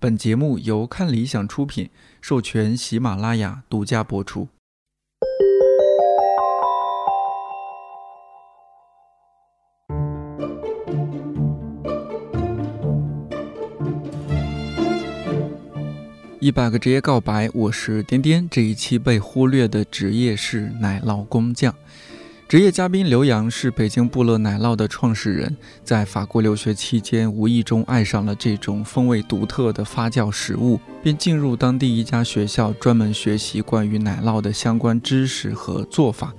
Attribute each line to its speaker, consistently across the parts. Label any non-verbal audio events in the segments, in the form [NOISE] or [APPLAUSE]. Speaker 1: 本节目由看理想出品，授权喜马拉雅独家播出。一百个职业告白，我是颠颠。这一期被忽略的职业是奶酪工匠。职业嘉宾刘洋是北京布乐奶酪的创始人，在法国留学期间，无意中爱上了这种风味独特的发酵食物，便进入当地一家学校，专门学习关于奶酪的相关知识和做法。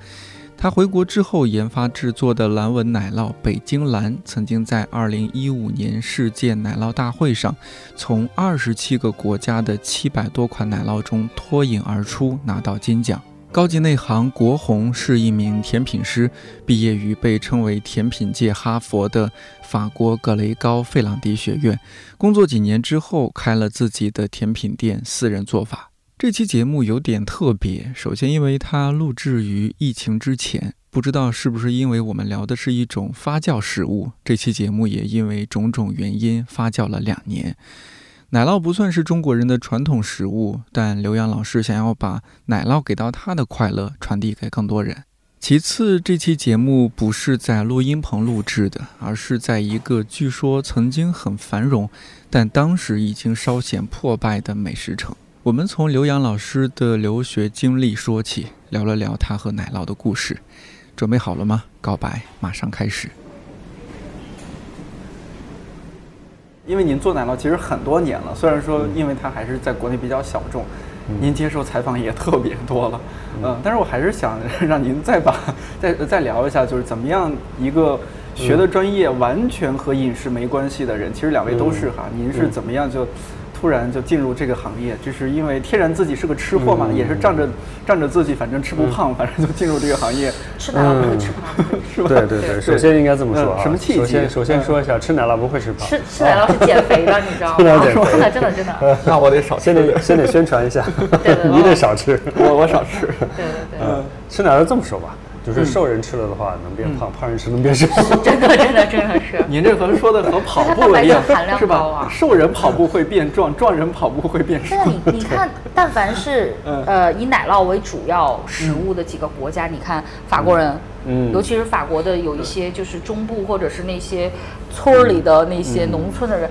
Speaker 1: 他回国之后研发制作的蓝纹奶酪“北京蓝”，曾经在2015年世界奶酪大会上，从27个国家的700多款奶酪中脱颖而出，拿到金奖。高级内行国红是一名甜品师，毕业于被称为甜品界哈佛的法国格雷高费朗迪学院。工作几年之后，开了自己的甜品店，私人做法。这期节目有点特别，首先因为它录制于疫情之前，不知道是不是因为我们聊的是一种发酵食物，这期节目也因为种种原因发酵了两年。奶酪不算是中国人的传统食物，但刘洋老师想要把奶酪给到他的快乐传递给更多人。其次，这期节目不是在录音棚录制的，而是在一个据说曾经很繁荣，但当时已经稍显破败的美食城。我们从刘洋老师的留学经历说起，聊了聊他和奶酪的故事。准备好了吗？告白马上开始。
Speaker 2: 因为您做奶酪其实很多年了，虽然说因为它还是在国内比较小众，您接受采访也特别多了，嗯，但是我还是想 [LAUGHS] 让您再把再再聊一下，就是怎么样一个学的专业完全和饮食没关系的人，其实两位都是哈，您是怎么样就突然就进入这个行业？这是因为天然自己是个吃货嘛，也是仗着仗着自己反正吃不胖，反正就进入这个行业，
Speaker 3: 吃奶酪不会
Speaker 4: 嗯
Speaker 3: 吃胖，
Speaker 2: 是
Speaker 4: [LAUGHS]
Speaker 2: 吧？
Speaker 4: 对对对，首先应该这么说啊。
Speaker 2: 嗯什么契机
Speaker 4: 首先首先说一下，吃奶酪不会吃胖。
Speaker 3: 吃吃奶酪是减肥的，你知道吗？
Speaker 4: 吃奶酪减肥
Speaker 3: 真的真的
Speaker 4: [LAUGHS]
Speaker 3: 真的，
Speaker 2: [LAUGHS] 那我得少吃
Speaker 4: 先
Speaker 2: 点，
Speaker 4: 得先得宣传一下
Speaker 3: 对对，
Speaker 4: [LAUGHS]
Speaker 3: 对
Speaker 4: 你得少吃。
Speaker 2: [LAUGHS] 我我少吃，嗯
Speaker 3: 对对
Speaker 4: [LAUGHS] 吃奶酪这么说吧，就是瘦人吃了的话能变胖，胖人吃能
Speaker 2: [LAUGHS]
Speaker 4: 变瘦。
Speaker 3: 对，真的真的真的是。
Speaker 2: 您这和说的和跑步一样，是吧？瘦人跑步会变壮，壮人跑步会变瘦
Speaker 3: [LAUGHS] 真。的，你你看， [LAUGHS] 但凡是
Speaker 2: 嗯
Speaker 3: 呃以奶酪为主要食物的几个国家，你看法国人，
Speaker 4: 嗯
Speaker 3: 尤其是法国的有一些就是中部或者是那些村儿里的那
Speaker 4: 嗯
Speaker 3: 些农村的人，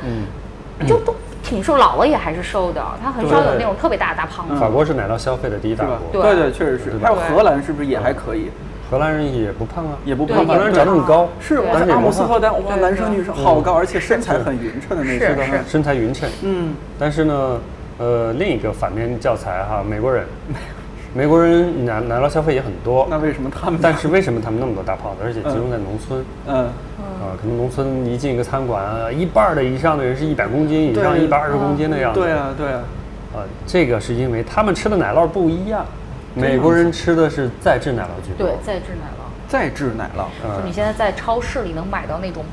Speaker 3: 就都挺瘦，老了也还是瘦的，他很少有那种特别大的大胖子。
Speaker 4: 法国是奶酪消费的第一大
Speaker 2: 是吧？
Speaker 4: 国，
Speaker 3: 对
Speaker 2: 对对，确实是。还有荷兰是不是也还可以？
Speaker 4: 荷兰人也不胖啊，
Speaker 2: 也不
Speaker 3: 对
Speaker 2: 胖吧，
Speaker 4: 荷兰人长那么高，
Speaker 2: 是
Speaker 3: 对
Speaker 2: 我
Speaker 4: 但是
Speaker 2: 在
Speaker 4: 也
Speaker 2: 阿姆
Speaker 4: 不
Speaker 2: 斯
Speaker 4: 胖
Speaker 2: 特，丹，哇，
Speaker 3: 对
Speaker 2: 男生女生好高，而且身材很匀称的那
Speaker 3: 是
Speaker 2: 种。
Speaker 3: 是
Speaker 4: 身材匀称。
Speaker 2: 嗯，
Speaker 4: 但是呢，呃，另一个反面教材哈，美
Speaker 2: [LAUGHS]
Speaker 4: 国人，美国人奶奶酪消费也很多，
Speaker 2: 那为什么他们？
Speaker 4: 但是为什么他们那么多大胖子，而且集中在农村？
Speaker 2: 嗯，
Speaker 4: 啊，可能农村一进一个餐馆啊，一半儿的以上的人是一百公斤以上，
Speaker 2: 对
Speaker 4: 一百二十公斤的样子。
Speaker 2: 对啊，对啊，
Speaker 4: 啊，这个是因为他们吃的奶酪不一样，美国人吃的是再制奶酪居多。
Speaker 3: 对，再制奶酪，
Speaker 2: 再制奶酪，
Speaker 4: 嗯
Speaker 3: 就你现在在超市里能买到那种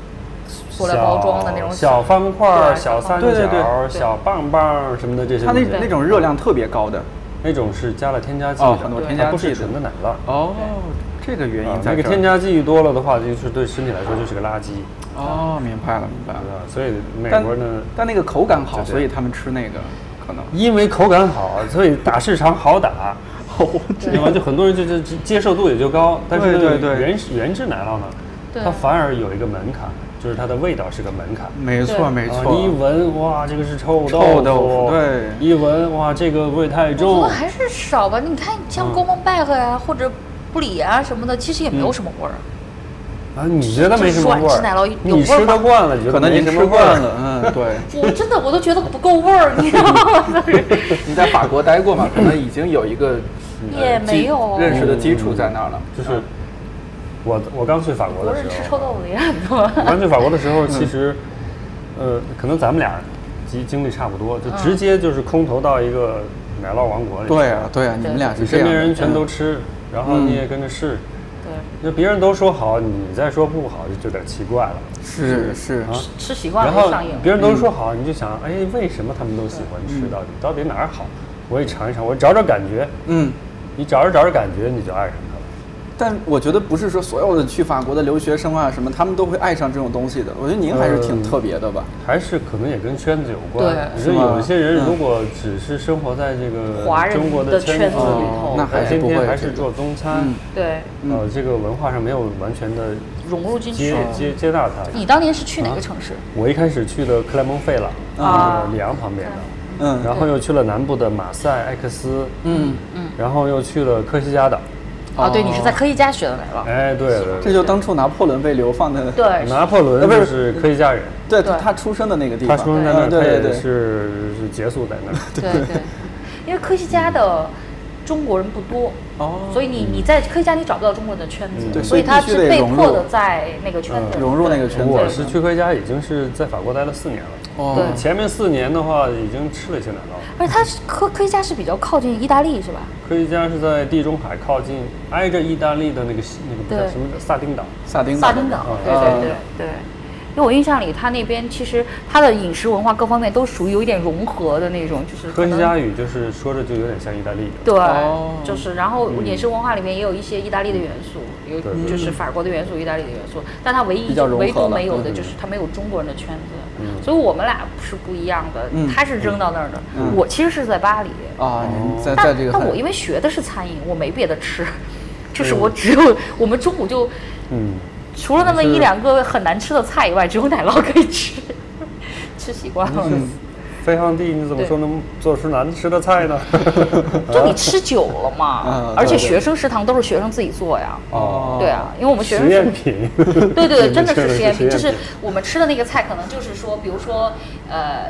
Speaker 3: 塑料包装的那种
Speaker 4: 小小方块儿、
Speaker 3: 对啊
Speaker 4: 小
Speaker 3: 小
Speaker 4: 三
Speaker 3: 方
Speaker 2: 块
Speaker 4: 角
Speaker 2: 儿对对对
Speaker 4: 儿、小棒棒儿什么的这些
Speaker 2: 它
Speaker 4: 东
Speaker 2: 那
Speaker 4: 西，
Speaker 2: 那种热量特别高的。
Speaker 4: 那种是加了添加剂
Speaker 2: 哦
Speaker 4: 的，
Speaker 2: 很多
Speaker 4: 它
Speaker 2: 添加
Speaker 4: 不
Speaker 2: 剂
Speaker 4: 是
Speaker 2: 的
Speaker 4: 纯的奶酪。
Speaker 2: 哦，这个原
Speaker 4: 啊
Speaker 2: 因，在
Speaker 4: 那个
Speaker 2: 这儿
Speaker 4: 添加剂多了的话，就是对身体来说就是个垃圾，
Speaker 2: 哦，明白了，明白了。
Speaker 4: 啊，所以美
Speaker 2: 但
Speaker 4: 国呢，
Speaker 2: 但那个口感好，
Speaker 4: 对对
Speaker 2: 所以他们吃那个可能。
Speaker 4: 因为口感好，所以打市场好打，对吧？就很多人就就就接受度也就高，但是
Speaker 2: 对对对
Speaker 4: 原始原制奶酪呢，
Speaker 3: 对
Speaker 4: 它反而有一个门槛，就是它的味道是个门槛。
Speaker 2: 没错，
Speaker 3: 对
Speaker 2: 没
Speaker 4: 啊
Speaker 2: 错。
Speaker 4: 你一闻哇，这个是臭豆
Speaker 2: 臭豆腐对
Speaker 4: 一闻哇，这个味太
Speaker 3: 我
Speaker 4: 重
Speaker 3: 觉得，还是少吧。你看，像
Speaker 4: 嗯
Speaker 3: g o m o b a g 呀，或者布里啊什么的，其实也没
Speaker 2: 嗯
Speaker 3: 有什么味儿。
Speaker 4: 啊，你觉得没什么味
Speaker 3: 就是说吃奶酪
Speaker 4: 儿
Speaker 3: 有，
Speaker 4: 你
Speaker 3: 味儿
Speaker 4: 吃得
Speaker 3: 吗
Speaker 4: 惯了，觉得
Speaker 2: 可能
Speaker 4: 没
Speaker 2: 您
Speaker 4: 什
Speaker 2: 吃
Speaker 4: 么味儿
Speaker 2: 惯。了，嗯，对。
Speaker 3: 我真的我都觉得不够味儿，你知道吗？
Speaker 2: [LAUGHS] 你在法国待过嘛？可能已经有一个
Speaker 3: [LAUGHS]
Speaker 2: 呃
Speaker 3: 也没
Speaker 2: 基
Speaker 3: 有
Speaker 2: 认识的基础在那儿了。
Speaker 4: 就是我我刚去法国
Speaker 3: 国
Speaker 4: 的时
Speaker 3: 人
Speaker 4: 候，
Speaker 3: 吃臭豆腐的也很多。
Speaker 4: 我刚去法国的时
Speaker 2: 嗯
Speaker 4: 候，其实，呃，可能咱们俩经经历差不多，
Speaker 3: 嗯
Speaker 4: 就直接就是空投到一个奶酪王国里。
Speaker 2: 对啊，，对啊，你们俩
Speaker 4: 你
Speaker 2: 是这
Speaker 4: 身
Speaker 2: 样的。
Speaker 4: 边人全都吃，然后
Speaker 2: 嗯
Speaker 4: 你也跟着试，
Speaker 3: 对，
Speaker 4: 那别人都说好，你再说不好就有点奇怪了。
Speaker 2: 是是
Speaker 4: 啊，
Speaker 3: 吃习惯
Speaker 4: 然
Speaker 3: 了
Speaker 4: 后
Speaker 3: 就上瘾了。
Speaker 4: 别人都说好，
Speaker 2: 嗯
Speaker 4: 你就想，哎，为什么他们都喜欢吃？到底到底哪儿好？我也尝一尝，我找找感觉。
Speaker 2: 嗯，
Speaker 4: 你找着找着感觉，你就爱上它了。
Speaker 2: 但我觉得不是说所有的去法国的留学生啊什么，他们都会爱上这种东西的。我觉得您还是
Speaker 4: 呃
Speaker 2: 挺特别的吧？
Speaker 4: 还是可能也跟圈子有关。
Speaker 3: 对
Speaker 4: 是
Speaker 2: 吗嗯
Speaker 4: 有一些人如果只是生活在这
Speaker 3: 华
Speaker 4: 个
Speaker 3: 人
Speaker 4: 中国
Speaker 3: 的
Speaker 4: 圈哎
Speaker 3: 圈子
Speaker 2: 哦
Speaker 3: 里头
Speaker 2: 那还
Speaker 4: 天
Speaker 2: 不会
Speaker 4: 天还
Speaker 2: 这嗯
Speaker 4: 是
Speaker 2: 个
Speaker 4: 做中餐，
Speaker 3: 对，
Speaker 4: 呃，这个文化上没有完全的
Speaker 3: 融入进去
Speaker 4: 接。接接纳它。
Speaker 3: 你当年是去哪
Speaker 2: 啊
Speaker 3: 个城市？
Speaker 4: 我一开始去的克莱蒙费朗，
Speaker 3: 啊
Speaker 4: 就是里昂旁边的，
Speaker 2: 嗯
Speaker 4: 然后又去了南部的马赛、艾克斯，
Speaker 2: 嗯，
Speaker 4: 然后又去了科西嘉岛。
Speaker 2: 哦
Speaker 3: 啊，对，你是在科西嘉学的奶酪。
Speaker 4: 哎，对对
Speaker 2: 啊这
Speaker 4: 对，
Speaker 2: 就当初拿破仑被流放的，
Speaker 3: 对，
Speaker 4: 拿破仑就是科西嘉人，
Speaker 2: 对
Speaker 3: 对
Speaker 2: 他出生的那个地
Speaker 4: 他
Speaker 2: 方，
Speaker 4: 出生在那儿，他
Speaker 2: 嗯对对
Speaker 4: 也
Speaker 2: 对，
Speaker 4: 是是结束
Speaker 2: [LAUGHS]
Speaker 4: 在那儿。
Speaker 3: 对对，因为科西嘉的中国人不多，
Speaker 2: 哦，嗯
Speaker 3: 所以你你在科西嘉你找不到中国人的圈子，
Speaker 2: 对
Speaker 3: 所以
Speaker 2: 所以
Speaker 3: 他
Speaker 2: 必须
Speaker 3: 是
Speaker 2: 得
Speaker 3: 被
Speaker 2: 融
Speaker 3: 迫
Speaker 2: 入嗯
Speaker 3: 的在那个圈子、
Speaker 2: 融入那个圈子
Speaker 4: 我是去科西嘉已经是在法国待了四年了，
Speaker 2: 哦啊
Speaker 3: 对
Speaker 4: 前面四年的话已经吃了一些奶酪。
Speaker 3: 而且他是科科西嘉是比较靠近意大利是吧？
Speaker 4: 科西嘉是在地中海靠近，挨着意大利的那个西那个叫
Speaker 3: 对
Speaker 4: 什么萨丁岛，
Speaker 2: 萨丁
Speaker 3: 萨丁岛，对对对
Speaker 2: 嗯
Speaker 3: 对。因为我印象里，他那边其实他的饮食文化各方面都属于有一点融合的那种，就是可
Speaker 4: 科西
Speaker 3: 能
Speaker 4: 嘉语就是说着就有点像意大利语了。
Speaker 3: 对，
Speaker 2: 哦
Speaker 3: 就是然后饮食文化里面也有一些意大利的元素，有
Speaker 4: 对对
Speaker 3: 就是法国的元素、意大利的元素，但它唯一
Speaker 2: 比较融合
Speaker 3: 唯独
Speaker 2: 了
Speaker 3: 没有的
Speaker 2: 嗯
Speaker 3: 就是它没有中国人的圈子，所以我们俩是不一样的
Speaker 2: 嗯。
Speaker 3: 他是扔到那儿的，我其实是在巴黎，
Speaker 2: 啊，您在在
Speaker 3: 但
Speaker 2: 这个哎
Speaker 3: 但
Speaker 2: 很
Speaker 3: 我因为学的是餐饮，我没别的吃，就是我只有我们中午就
Speaker 4: 嗯，
Speaker 3: 除了那么
Speaker 4: 是
Speaker 3: 一两个很难吃的菜以外，只有奶酪可以吃，吃习惯了。
Speaker 4: 飞航地你怎么说能做出难吃的菜呢？
Speaker 3: 就你吃久了嘛
Speaker 2: 嗯，
Speaker 3: 而且
Speaker 2: 对对
Speaker 3: 学生食堂都是学生自己做呀。
Speaker 4: 哦，
Speaker 3: 对啊，因 [LAUGHS] 为我们学生
Speaker 4: 实验品，[LAUGHS]
Speaker 3: 对对，真的
Speaker 4: 你们吃
Speaker 3: 是
Speaker 4: 的
Speaker 3: 实验
Speaker 4: 是
Speaker 3: 品，就
Speaker 4: 实验
Speaker 3: 是我们吃的那个菜，可能就是说，比如说，呃，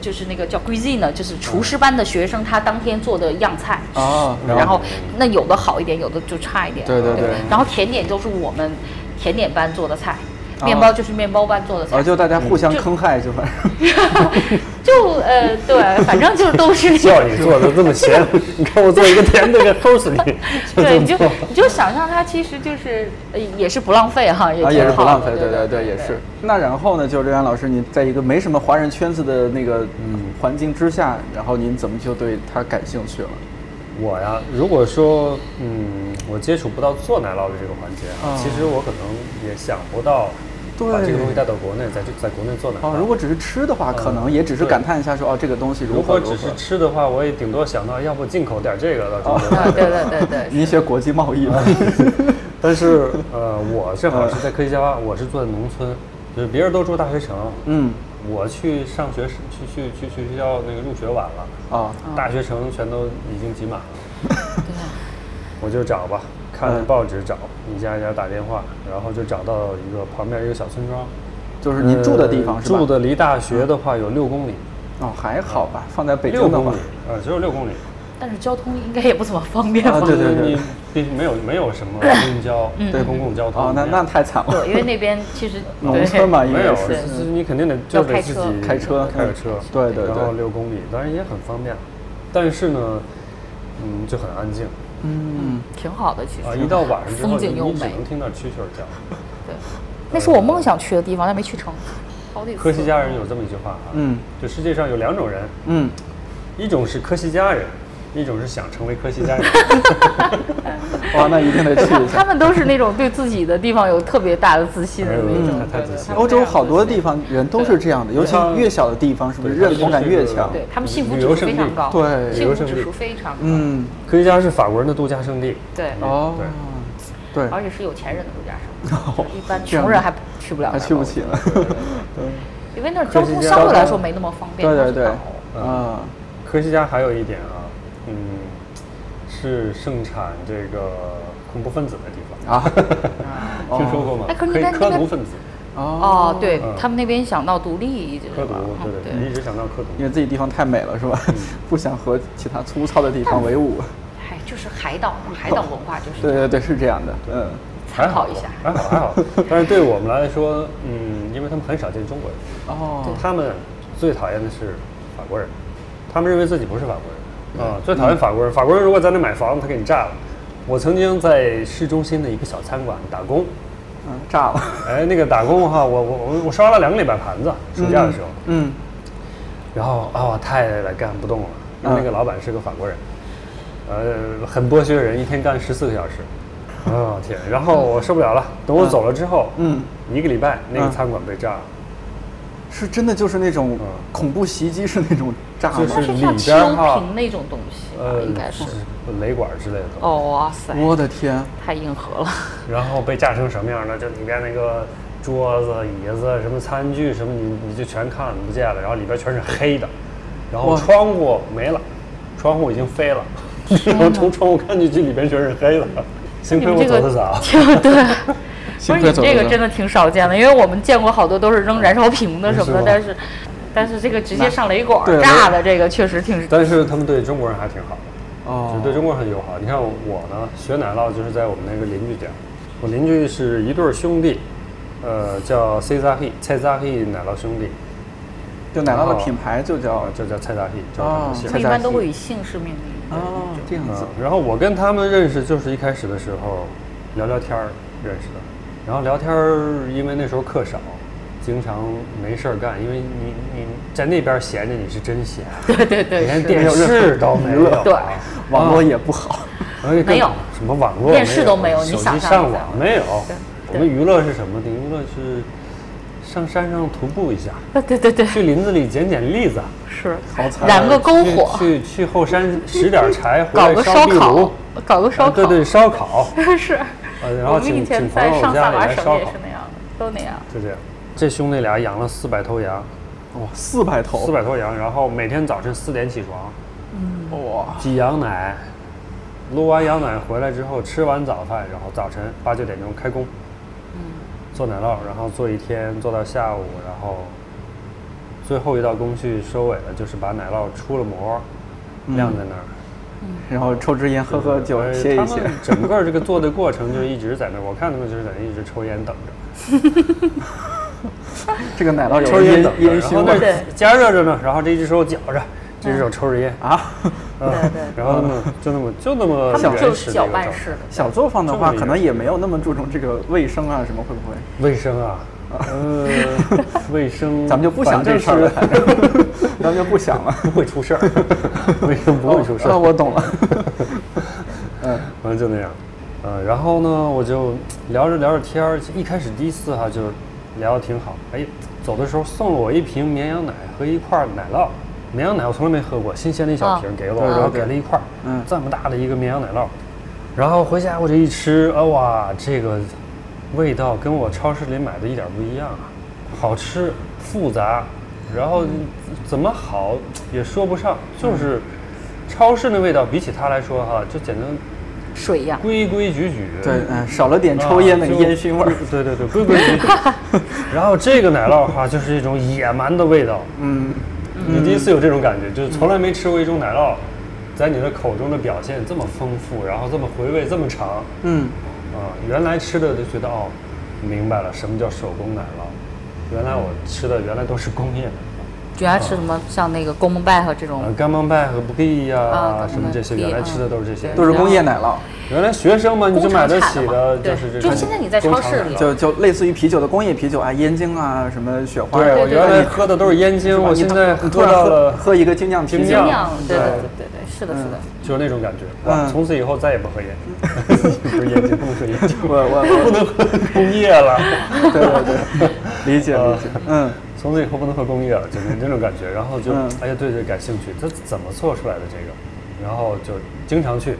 Speaker 3: 就是那个叫 cuisine，就是厨师班的学生他当天做的样菜。
Speaker 2: 啊，
Speaker 3: 然后那有的好一点，有的就差一点。
Speaker 2: 对对对
Speaker 3: 然后甜点都是我们甜点班做的菜，面包就是面包班做的菜。
Speaker 2: 啊，就大家互相
Speaker 3: 嗯就
Speaker 2: 坑害，就反正
Speaker 3: [LAUGHS] 就呃对，反正就是都是
Speaker 4: 叫你做的这么咸，你看我做一个甜的给齁死你，就
Speaker 3: [LAUGHS] 对，
Speaker 4: 这
Speaker 3: 你
Speaker 4: 么
Speaker 3: 就
Speaker 4: 做。
Speaker 3: 你就想象它其实就是呃也是不浪费哈，也
Speaker 2: 啊
Speaker 3: 挺
Speaker 2: 也是不
Speaker 3: 好
Speaker 2: 浪
Speaker 3: 的
Speaker 2: 费，对
Speaker 3: 对
Speaker 2: 对对，也是。那然后呢，就是刘洋老师，您在一个没什么华人圈子的那个环境之下，然后您怎么就对他感兴趣了？
Speaker 4: [LAUGHS] 我呀，如果说嗯，我接触不到做奶酪的这个环节啊，
Speaker 2: 哦
Speaker 4: 其实我可能也想不到把
Speaker 2: 对
Speaker 4: 这个东西带到国内，在这在国内做奶酪。
Speaker 2: 哦，如果只是吃的话，可能也只是
Speaker 4: 对
Speaker 2: 感叹一下说，哦，这个东西
Speaker 4: 如
Speaker 2: 如
Speaker 4: 果
Speaker 2: 何如
Speaker 4: 只
Speaker 2: 何。
Speaker 4: 是吃的话，我也顶多想到要不进口点这个到中国来。 [LAUGHS]
Speaker 3: 对对对对对。
Speaker 2: 您学国际贸易吗？
Speaker 4: 但是呃，我正好是在科技嘉，我是住在农村，就是别人都住大学城，
Speaker 2: [LAUGHS] 嗯，
Speaker 4: 我去上学是去去去去学校那个入学晚了，
Speaker 2: 啊，
Speaker 3: 嗯
Speaker 4: 大学城全都已经挤满了。我就找吧，看报纸找，一家一家打电话，然后就找到一个旁边一个小村庄，
Speaker 2: 就是您住的地方
Speaker 4: 呃
Speaker 2: 是吧？
Speaker 4: 住的离大学的话有六公里，
Speaker 2: 哦，还好吧，放在北
Speaker 4: 六
Speaker 2: 京的
Speaker 4: 公
Speaker 2: 话
Speaker 4: 里，，呃，只有六公里。
Speaker 3: 但是交通应该也不怎么方便吧？
Speaker 2: 啊对对对
Speaker 4: 你并没有没有什么公交，对公共交通
Speaker 2: 哦，那那太惨了。
Speaker 3: 对，因为那边其实
Speaker 2: [LAUGHS] 农村嘛，
Speaker 3: 对
Speaker 2: 应
Speaker 4: 没
Speaker 2: 该
Speaker 4: 有，
Speaker 2: 是
Speaker 4: 是是你肯定得
Speaker 3: 要
Speaker 4: 就得
Speaker 3: 开
Speaker 4: 自
Speaker 3: 车
Speaker 4: 己
Speaker 2: 开车
Speaker 4: 开着车，
Speaker 2: 对对对
Speaker 4: 然后六公里，当然也很方便，但是呢，嗯，就很安静
Speaker 2: 嗯，
Speaker 3: 挺好的，其实。
Speaker 4: 啊，一到晚上之后，
Speaker 3: 风
Speaker 4: 你
Speaker 3: 景优
Speaker 4: 你只
Speaker 3: 美
Speaker 4: 能，听到蛐蛐儿叫。
Speaker 3: 对，那是我梦想去的地方，但没去成。好几次。
Speaker 4: 科西嘉人有这么一句话啊，
Speaker 2: 嗯，
Speaker 4: 就世界上有两种人，
Speaker 2: 嗯，
Speaker 4: 一种是科西嘉人，一种是想成为科西
Speaker 3: [LAUGHS]
Speaker 4: 嘉人。
Speaker 2: 哇，那一定得去
Speaker 3: 他 [LAUGHS]
Speaker 2: 一
Speaker 3: 他
Speaker 2: 下。
Speaker 3: 们都是那种对自己的地方有特别大的自信的那种
Speaker 4: 嗯，太太
Speaker 3: 对
Speaker 4: 自信了
Speaker 2: 欧洲好多地方人都是这样的，尤其越小的地方，是不是
Speaker 4: 对它
Speaker 2: 认同感越强？
Speaker 3: 对他们幸福
Speaker 4: 旅
Speaker 3: 指
Speaker 4: 游
Speaker 3: 数
Speaker 4: 胜
Speaker 3: 非常
Speaker 4: 地
Speaker 3: 高，
Speaker 2: 对
Speaker 4: 旅游
Speaker 3: 幸福
Speaker 4: 胜
Speaker 3: 指
Speaker 4: 地
Speaker 3: 数非常高，
Speaker 2: 嗯，
Speaker 4: 科西嘉是法国人的度假胜地。
Speaker 3: 对，
Speaker 2: 哦，对，
Speaker 3: 而且是有钱人的度假胜
Speaker 2: [LAUGHS]
Speaker 3: 地，就是一般
Speaker 2: 这样
Speaker 3: 穷人还去不了，
Speaker 2: 还去不起呢。。
Speaker 3: 因为那儿交
Speaker 4: 科
Speaker 3: 通
Speaker 4: 西嘉
Speaker 3: 相对来说没那么方便，
Speaker 2: 对对
Speaker 3: 它是
Speaker 2: 对
Speaker 3: 岛，
Speaker 2: 啊，
Speaker 4: 科西嘉还有一点啊，嗯，是盛产这个恐怖分子的地方
Speaker 2: [LAUGHS] 啊
Speaker 4: 听说过吗？
Speaker 3: 哎可是
Speaker 4: 可以
Speaker 3: 那边
Speaker 4: 科
Speaker 3: 那
Speaker 4: 毒
Speaker 3: 边
Speaker 4: 分子，
Speaker 3: 哦，对
Speaker 4: 嗯
Speaker 3: 他们那边想到独立，就是
Speaker 4: 科毒，
Speaker 3: 嗯
Speaker 4: 对对，你一直想到科毒
Speaker 2: 因为。自己地方太美了，是吧？ [LAUGHS] 不想和其他粗糙的地方为伍。
Speaker 3: 哎，就是海岛嘛，海岛文化就是
Speaker 2: [LAUGHS] 对对对，是这样的。嗯，
Speaker 3: 参考一下。
Speaker 4: 还好还好，但是对我们来说，嗯，因为他们很少见中国人，
Speaker 2: 哦，
Speaker 4: 他们最讨厌的是法国人，他们认为自己不是法国人啊，最讨厌法国人。法国人如果在那买房子，他给你炸了。我曾经在市中心的一个小餐馆打工，
Speaker 2: 嗯，炸了。
Speaker 4: 哎，那个打工的话，我我我我刷了两个礼拜盘子，暑假的时候，
Speaker 2: 嗯，
Speaker 4: 然后啊、我太太干不动了，因为那个老板是个法国人，呃，很剥削人，一天干十四个小时，啊天！然后我受不了了，等我走了之后，
Speaker 2: 嗯，
Speaker 4: 一个礼拜那个餐馆被炸了，
Speaker 2: 是真的就是那种
Speaker 4: 嗯
Speaker 2: 恐怖袭击式那种炸吗？
Speaker 4: 就是
Speaker 3: 是像
Speaker 4: 里
Speaker 3: 汽
Speaker 4: 边
Speaker 3: 油
Speaker 4: 哈
Speaker 3: 瓶那种东西吧，
Speaker 4: 呃，
Speaker 3: 应该是。
Speaker 4: 雷管之类的东西，
Speaker 3: 哦哇塞，
Speaker 2: 我的天！
Speaker 3: 太硬核了。
Speaker 4: 然后被炸成什么样呢？就里边那个桌子、椅子、什么餐具什么，你你就全看不见了，然后里边全是黑的，然后
Speaker 2: 哇
Speaker 4: 窗户没了，窗户已经飞了，然后从窗户看进去，里边全是黑的， [LAUGHS] 幸亏我走得早。
Speaker 3: [LAUGHS] 对，
Speaker 2: [LAUGHS] 幸
Speaker 3: 不是
Speaker 2: 亏
Speaker 3: 你
Speaker 2: 走
Speaker 3: 这
Speaker 2: 得
Speaker 3: 个
Speaker 2: 早
Speaker 3: 真的挺少见的，因为我们见过好多都是扔燃烧瓶的什么的，
Speaker 4: 是吧
Speaker 3: 但是但是这个直接上雷管
Speaker 2: 对
Speaker 3: 炸的这个确实挺
Speaker 4: 但是他们对中国人还挺好的，
Speaker 2: 哦
Speaker 4: 就是对中国人很友好。你看我呢，学奶酪就是在我们那个邻居家，我邻居是一对儿兄弟，呃，叫 C 扎 He 蔡扎 He 奶酪兄弟，
Speaker 2: 就奶酪的品牌就叫
Speaker 4: 啊，就叫蔡扎 He，叫他们
Speaker 2: 哦
Speaker 4: 的姓。
Speaker 3: 他们一啊般都会以姓氏命名。
Speaker 2: 哦这样子
Speaker 4: 嗯，然后我跟他们认识就是一开始的时候聊聊天儿认识的，然后聊天儿，因为那时候课少，经常没事儿干，因为你你在那边闲着你是真闲，
Speaker 3: 对对对，
Speaker 4: 连
Speaker 3: 是
Speaker 4: 电视都没有，
Speaker 3: 对啊
Speaker 4: 嗯
Speaker 2: 网络也不好。
Speaker 4: 而且更
Speaker 3: 没有
Speaker 4: 什么网络没有，
Speaker 3: 电视都没有你
Speaker 4: 手
Speaker 3: 想
Speaker 4: 机
Speaker 3: 象
Speaker 4: 上
Speaker 3: 一下
Speaker 4: 网没有
Speaker 3: 对。
Speaker 4: 我们娱乐是什么呢？娱乐是上山上徒步一下，
Speaker 3: 对对对，
Speaker 4: 去林子里捡捡栗子，
Speaker 3: 是
Speaker 2: 好
Speaker 4: 啊
Speaker 2: 惨
Speaker 3: 燃个 [LAUGHS] 篝
Speaker 4: 去
Speaker 3: 火，
Speaker 4: 去去后山拾点柴，回
Speaker 3: 搞
Speaker 4: 来
Speaker 3: 个
Speaker 4: 烧
Speaker 3: 烧
Speaker 4: 壁炉
Speaker 3: 烤，，搞个烧
Speaker 4: 啊
Speaker 3: 烤，
Speaker 4: 对对，烧烤。
Speaker 3: [LAUGHS] 是。
Speaker 4: 呃，然后
Speaker 3: 我们以
Speaker 4: 请
Speaker 3: 前
Speaker 4: 请
Speaker 3: 在
Speaker 4: 朋友
Speaker 3: 上
Speaker 4: 家
Speaker 3: 萨
Speaker 4: 里
Speaker 3: 瓦
Speaker 4: 来
Speaker 3: 省
Speaker 4: 烧
Speaker 3: 也
Speaker 4: 烤
Speaker 3: 是，那样，都那样。
Speaker 4: 就这样。这兄弟俩养了四百头羊，
Speaker 2: 哇，四百头，
Speaker 4: 哦四百头羊，然后每天早晨四点起床，
Speaker 2: 哇，
Speaker 4: 挤羊奶，撸完羊奶回来之后吃完早饭，然后早晨八九点钟开工，
Speaker 3: 嗯
Speaker 4: 做奶酪，然后做一天做到下午，然后最后一道工序收尾了，就是把奶酪出了膜，
Speaker 2: 嗯
Speaker 4: 晾在那儿，
Speaker 2: 然后抽支烟，喝喝酒，
Speaker 4: 呃
Speaker 2: 歇
Speaker 4: 他们
Speaker 2: 一歇。
Speaker 4: 整个这个做的过程就一直在那儿，我看他们就是在那儿一直抽烟等着。
Speaker 2: 这个奶酪有
Speaker 4: 抽着
Speaker 2: 烟
Speaker 4: 烟等着，
Speaker 2: 烟
Speaker 4: 然后
Speaker 2: 熏
Speaker 4: 那
Speaker 2: 味
Speaker 4: 儿
Speaker 3: 对
Speaker 4: 加热着呢，然后这只手搅着，这只手抽着烟，
Speaker 2: 啊。
Speaker 4: 嗯
Speaker 3: 对对
Speaker 4: 然后那
Speaker 2: [LAUGHS]
Speaker 4: 么就那么就那么
Speaker 3: [LAUGHS] 他们
Speaker 4: 原
Speaker 3: 就
Speaker 4: 始
Speaker 3: 是
Speaker 4: 的一
Speaker 3: 搅
Speaker 4: 个
Speaker 3: 拌
Speaker 4: 状态
Speaker 3: 式的，
Speaker 2: 小作坊的
Speaker 4: 这
Speaker 2: 话，
Speaker 4: 么一个
Speaker 2: 可能也没有那么注重这个卫生啊什么，会不会？
Speaker 4: 卫生
Speaker 2: [LAUGHS]
Speaker 4: 啊，呃，卫生，
Speaker 2: 咱们就不想这事儿了，
Speaker 4: 反
Speaker 2: [LAUGHS] 反
Speaker 4: 正
Speaker 2: 正
Speaker 4: 是
Speaker 2: 咱们就不想了。
Speaker 4: [LAUGHS] 不会出事儿，卫生不会出事
Speaker 2: 哦
Speaker 4: 儿，
Speaker 2: 我
Speaker 4: [LAUGHS]
Speaker 2: 懂了。
Speaker 4: 反正就那样，呃，然后呢，我就聊着聊着天儿，一开始第一次哈就聊的挺好，哎，走的时候送了我一瓶绵羊奶和一块儿奶酪，绵羊奶我从来没喝过，新鲜的一小瓶
Speaker 3: 啊
Speaker 4: 给了我，然后
Speaker 2: 对
Speaker 4: 给了一块儿，
Speaker 2: 嗯
Speaker 4: 这么大的一个绵羊奶酪，然后回家我这一吃，啊哇，这个味道跟我超市里买的一点儿不一样啊，好吃复杂，然后怎么好也说不上，就是超市那味道比起它来说哈，就简直
Speaker 3: 水一样。
Speaker 4: 规规矩矩，
Speaker 2: 对，嗯，少了点抽烟那个
Speaker 4: 啊
Speaker 2: 烟熏味儿。
Speaker 4: 就对对对，规规
Speaker 2: [LAUGHS]
Speaker 4: 矩矩。然后这个奶酪哈，就是一种野蛮的味道。
Speaker 2: 嗯，
Speaker 4: 你第一次有这种感觉，就是从来没吃过一种奶酪，在你的口中的表现这么丰富，然后这么回味这么长。
Speaker 2: 嗯，
Speaker 4: 啊，原来吃的就觉得哦，明白了什么叫手工奶酪。原来我吃的原来都是工业奶酪，
Speaker 3: 主要吃什么？像那个公蒙拜和这
Speaker 4: 嗯
Speaker 2: 哦
Speaker 4: 啊
Speaker 3: 种，
Speaker 4: 干邦拜和布吉呀
Speaker 3: 啊
Speaker 4: 什么这些，
Speaker 3: 干
Speaker 4: 原
Speaker 3: 邦拜
Speaker 4: 来吃的都是这些。
Speaker 3: 嗯
Speaker 2: 都是工业奶酪，
Speaker 4: 原来学生嘛，你就
Speaker 3: 工厂
Speaker 4: 买得
Speaker 3: 产
Speaker 4: 起的
Speaker 3: 的嘛
Speaker 4: 就
Speaker 3: 对
Speaker 4: 是这
Speaker 3: 就
Speaker 4: 种工厂奶酪。
Speaker 3: 现在你在超市
Speaker 4: 嗯
Speaker 3: 里
Speaker 2: 就就类似于啤酒的工业啤酒啊，燕京啊，什么雪花
Speaker 4: 对，
Speaker 2: 啊。
Speaker 4: 我
Speaker 3: 对
Speaker 4: 原来
Speaker 2: 对
Speaker 4: 喝的都是烟精，
Speaker 2: 是吧
Speaker 4: 我
Speaker 2: 你
Speaker 4: 现
Speaker 2: 突
Speaker 4: 在
Speaker 2: 你突
Speaker 4: 喝
Speaker 2: 然
Speaker 4: 到
Speaker 2: 喝
Speaker 4: 了，
Speaker 2: 喝一个精酿啤
Speaker 4: 精
Speaker 2: 酒
Speaker 4: 酿，
Speaker 3: 酿，对对
Speaker 4: 对
Speaker 3: 对对对，是的，是的。
Speaker 4: 就是那种感觉。哇，
Speaker 2: 嗯
Speaker 4: 从此以后再也不 [LAUGHS] 喝烟，不是烟精，不能喝烟精，
Speaker 2: 我我
Speaker 4: 不能喝工业了。
Speaker 2: 我，对对对，理解
Speaker 4: 啊
Speaker 2: 理解，嗯，
Speaker 4: 从此以后不能喝工业了，就那那种感觉。然后就
Speaker 2: 嗯
Speaker 4: 哎呀，对对，感兴趣，这怎么做出来的这个？然后就经常去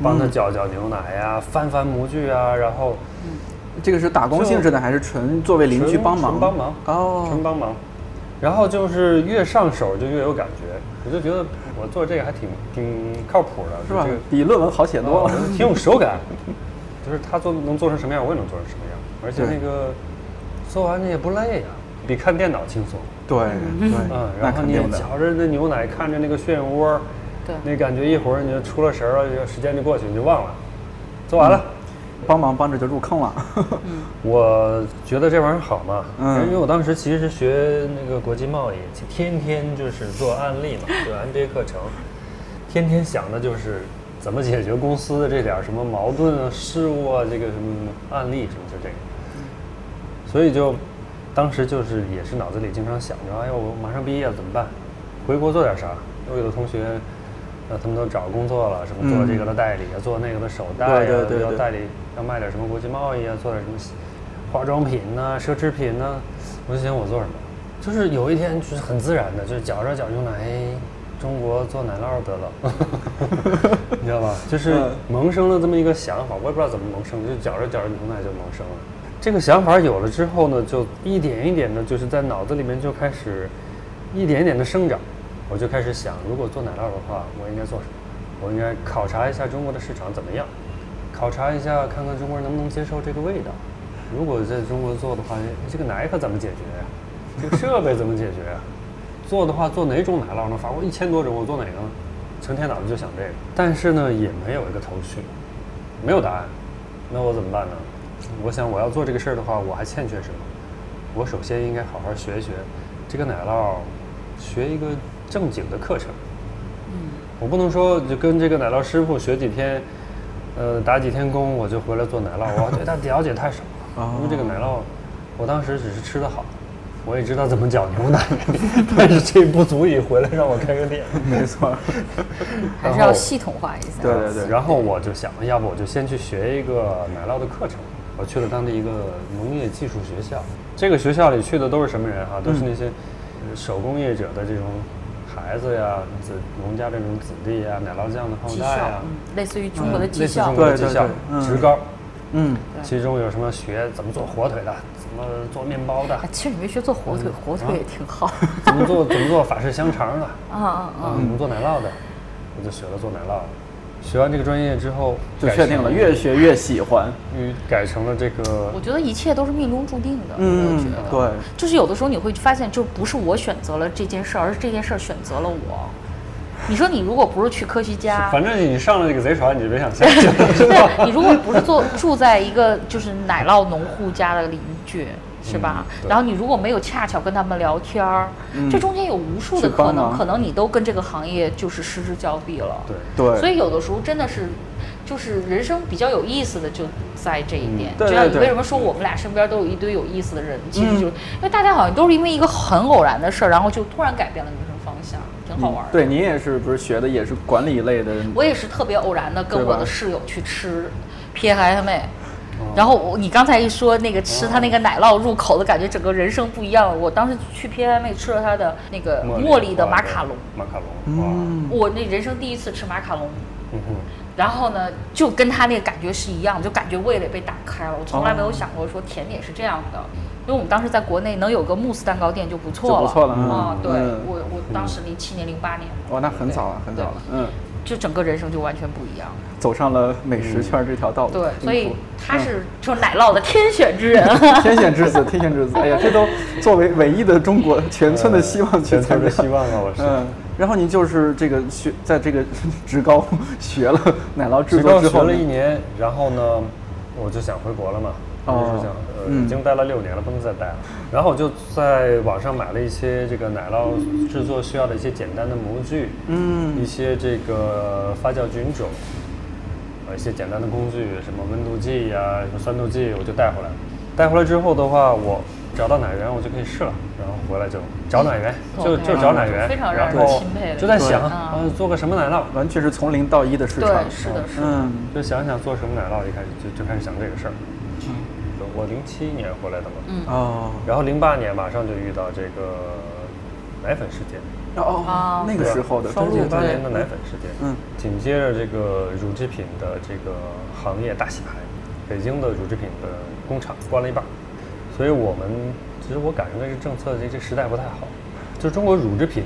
Speaker 4: 帮他搅搅牛奶呀，翻翻模具啊，然后
Speaker 2: 这个是打工性质的，还是纯作为邻居
Speaker 4: 纯
Speaker 2: 帮忙？
Speaker 4: 纯帮忙纯
Speaker 2: 哦，
Speaker 4: 帮忙。然后就是越上手就越有感觉，我就觉得我做这个还挺挺靠谱的，
Speaker 2: 是吧
Speaker 4: 就这个？
Speaker 2: 比论文好写多
Speaker 4: 啊
Speaker 2: 了。 [LAUGHS]
Speaker 4: 挺有手感。就是他做能做成什么样，我也能做成什么样，而且
Speaker 2: 对
Speaker 4: 那个做完了也不累呀、比看电脑轻松。
Speaker 2: 对对
Speaker 4: 嗯，，
Speaker 2: 那
Speaker 4: 然后
Speaker 2: 肯
Speaker 4: 你也
Speaker 2: 定的。
Speaker 4: 嚼着那牛奶，看着那个漩涡，
Speaker 3: 对
Speaker 4: 那感觉一会儿你就出了神儿了，就时间就过去，你就忘了。做完
Speaker 2: 嗯
Speaker 4: 了，
Speaker 2: 帮忙帮着就入坑了。 [LAUGHS]
Speaker 4: 我觉得这玩意儿好嘛，
Speaker 2: 嗯
Speaker 4: 因为我当时其实是学那个国际贸易，天天就是做案例
Speaker 2: [LAUGHS]
Speaker 4: 嘛，就 MBA 课程，天天想的就是怎么解决公司的这点儿什么矛盾啊、事务啊，这个什么案例什么就这个，所以就当时就是也是脑子里经常想着，哎呦，我马上毕业了怎么办？回国做点啥？我有的同学那他们都找工作了，什么做这个的代理啊，做那个的手袋啊，
Speaker 2: 对对对对
Speaker 4: 要代理要卖点什么国际贸易啊，做点什么化妆品呐、奢侈品呐、我就想我做什么？就是有一天就是很自然的，就是嚼着嚼着就来中国做奶酪得了，你知道吧？就是
Speaker 2: 嗯
Speaker 4: 萌生了这么一个想法，我也不知道怎么萌生的，就嚼着嚼着牛奶就萌生了。这个想法有了之后呢，就一点一点的，就是在脑子里面就开始一点一点的生长。我就开始想，如果做奶酪的话，我应该做什么？我应该考察一下中国的市场怎么样，考察一下看看中国人能不能接受这个味道。如果在中国做的话，这个奶可怎么解决呀、这个设备怎么解决呀、做的话，做哪种奶酪呢？法国一千多种，我做哪个呢？成天脑子就想这个，但是呢，也没有一个头绪，没有答案。那我怎么办呢？我想我要做这个事儿的话，我还欠缺什么？我首先应该好好学一学这个奶酪，学一个正经的课程。
Speaker 3: 嗯
Speaker 4: 我不能说就跟这个奶酪师傅学几天，呃，打几天工我就回来做奶酪，我对他了解太少
Speaker 2: 哦
Speaker 4: 了。因为这个奶酪，我当时只是吃得好，我也知道怎么搅牛奶， [LAUGHS] 但是这不足以回来让我开个店。
Speaker 2: 没错，
Speaker 3: 还是
Speaker 4: 嗯然
Speaker 3: 要
Speaker 4: 后
Speaker 3: 系统化一下。
Speaker 2: 对对对，
Speaker 4: 然后我就想，要不我就先去学一个奶酪的课程。我去了当地一个农业技术学校，这个学校里去的都是什么人啊？都是那些呃手工业者的这种孩子呀，子农家这种子弟呀，奶酪酱的后
Speaker 3: 绩
Speaker 4: 代
Speaker 3: 效
Speaker 4: 呀，，
Speaker 3: 嗯类似于中
Speaker 4: 嗯
Speaker 3: 国的绩
Speaker 4: 类似
Speaker 3: 效
Speaker 4: 中，国的
Speaker 2: 对
Speaker 4: 技
Speaker 2: 对
Speaker 4: 校
Speaker 2: 对嗯
Speaker 4: 职高，
Speaker 2: 嗯，
Speaker 3: 对
Speaker 4: 其中有什么学怎么做火腿 [LAUGHS] 的，怎么做面包的
Speaker 3: 啊，其实你没学做火
Speaker 4: 嗯
Speaker 3: 腿，火
Speaker 4: 啊
Speaker 3: 腿也挺好。 [LAUGHS]
Speaker 4: 怎么做怎么做法式香肠的，
Speaker 3: 啊啊啊！
Speaker 4: 啊，怎么做奶酪的，我就学了做奶酪。学完这个专业之后，
Speaker 2: 就
Speaker 4: 改
Speaker 2: 确定
Speaker 4: 成
Speaker 2: 了，越学越喜欢。
Speaker 4: 与改成了这个
Speaker 3: 我觉得一切都是命中注定的。我觉
Speaker 2: 嗯
Speaker 3: 得，，
Speaker 2: 对，
Speaker 3: 就是有的时候你会发现，就不是我选择了这件事儿，而是这件事儿选择了我。你说你如果不是去科学家，
Speaker 4: 反正你上了这个贼船，你就别想下去。
Speaker 3: 对， [LAUGHS] 你如果不是做住在一个就是奶酪农户家的邻居，是吧？
Speaker 2: 嗯
Speaker 3: 嗯
Speaker 4: 对
Speaker 3: 然后你如果没有恰巧跟他们聊天儿，这中间有无数的
Speaker 2: 去
Speaker 3: 可
Speaker 2: 帮
Speaker 3: 能，
Speaker 2: 忙
Speaker 3: 可能你都跟这个行业就是失之交臂了。
Speaker 4: 对，
Speaker 2: 对，
Speaker 3: 所以有的时候真的是，就是人生比较有意思的就在这一点。
Speaker 2: 嗯对
Speaker 3: 就像
Speaker 2: 对
Speaker 3: 你
Speaker 2: 对嗯
Speaker 3: 为什么说我们俩身边都有一堆有意思的人，其实就是因为大家好像都是因为一个很偶然的事儿，然后就突然改变了人生方向，挺好玩儿的。
Speaker 2: 对你也是不是学的也是管理类的？
Speaker 3: 我也是特别偶然的跟
Speaker 2: 对吧
Speaker 3: 我的室友去吃 P H M。然
Speaker 2: 哦
Speaker 3: 后我你刚才一说那个吃他那个奶酪入口的感觉，整个人生不一样了。我当时去 P H M 吃了他的那个茉莉的马卡龙，
Speaker 4: 马卡龙，哇，嗯
Speaker 3: 我那人生第一次吃马卡龙，
Speaker 4: 哼，
Speaker 3: 然后呢，就跟他那个感觉是一样的，就感觉味蕾被打开了。我从来没有想过说甜点是这样的，因为我们当时在国内能有个慕斯蛋糕店就不错了，
Speaker 2: 就不错了嗯
Speaker 3: 啊、对、
Speaker 2: 嗯
Speaker 3: 我，我当时零七年、零八年，
Speaker 2: 哇，那很早了，很早了，嗯，
Speaker 3: 就整个人生就完全不一样。
Speaker 2: 走上了美食圈这条道路。
Speaker 3: 对，
Speaker 2: 哦挺
Speaker 3: 所以
Speaker 2: 酷嗯
Speaker 3: 他是就奶酪的天选之
Speaker 2: [LAUGHS]
Speaker 3: 人。
Speaker 2: 天选
Speaker 3: [LAUGHS]
Speaker 2: 之子，天选之子，哎呀，这都作为唯一的中国全村的希望去
Speaker 4: 呃全村
Speaker 2: 参加
Speaker 4: 的希望啊，我是。
Speaker 2: 嗯，然后您就是这个学，在这个 [LAUGHS] 职高学了奶酪制
Speaker 4: 职
Speaker 2: 作
Speaker 4: 高
Speaker 2: 之
Speaker 4: 学
Speaker 2: 后
Speaker 4: 了
Speaker 2: 呢，
Speaker 4: 一年，然后呢，我就想回国了嘛，
Speaker 2: 哦
Speaker 4: 我就想，呃，
Speaker 2: 嗯
Speaker 4: 已经待了六年了，不能再待了。然后我就在网上买了一些这个奶酪制作需要的一些简单的模具，
Speaker 2: 嗯
Speaker 4: 一些这个发酵菌种，呃，一些简单的工具，什么温度计呀、什么酸度计，我就带回来了。带回来之后的话，我找到奶源，我就可以试了。然后回来就找奶源，就
Speaker 3: 嗯 OK 哦
Speaker 4: 就找奶源，
Speaker 3: 非常让
Speaker 4: 然
Speaker 3: 人
Speaker 4: 后
Speaker 3: 钦佩的
Speaker 4: 就在
Speaker 3: 一个
Speaker 4: 想，
Speaker 3: 人
Speaker 4: 啊
Speaker 3: 嗯，
Speaker 4: 做个什么奶酪，
Speaker 2: 完全是从零到一的市
Speaker 3: 对
Speaker 2: 场，，
Speaker 3: 是的，是的。
Speaker 2: 嗯，
Speaker 4: 就想想做什么奶酪，一开始就就开始想这个事儿。我零七年回来的嘛，
Speaker 3: 嗯
Speaker 2: 哦，
Speaker 4: 然后零八年马上就遇到这个奶粉事件，
Speaker 2: 哦
Speaker 3: 啊，
Speaker 2: 那个时候的，
Speaker 4: 烧
Speaker 2: 对
Speaker 4: 入八
Speaker 2: 对
Speaker 4: 年的奶粉事件，
Speaker 2: 嗯，
Speaker 4: 紧接着这个乳制品的这个行业大洗牌，北京的乳制品的工厂关了一半儿，所以我们其实我感觉这个政策这这时代不太好，就中国乳制品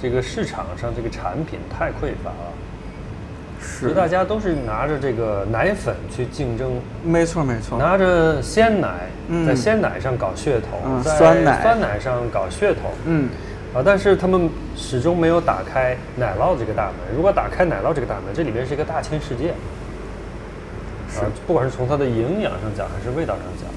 Speaker 4: 这个市场上这个产品太匮乏了，所以
Speaker 2: 是
Speaker 4: 大家都是拿着这个奶粉去竞争
Speaker 2: 没错没错，
Speaker 4: 拿着鲜奶，
Speaker 2: 嗯
Speaker 4: 在鲜奶上搞噱头，
Speaker 2: 嗯
Speaker 4: 在
Speaker 2: 酸奶
Speaker 4: 酸奶上搞噱头，
Speaker 2: 嗯，
Speaker 4: 啊，但是他们始终没有打开奶酪这个大门。如果打开奶酪这个大门，这里面是一个大千世界，啊，不管是从它的营养上讲，还是味道上讲，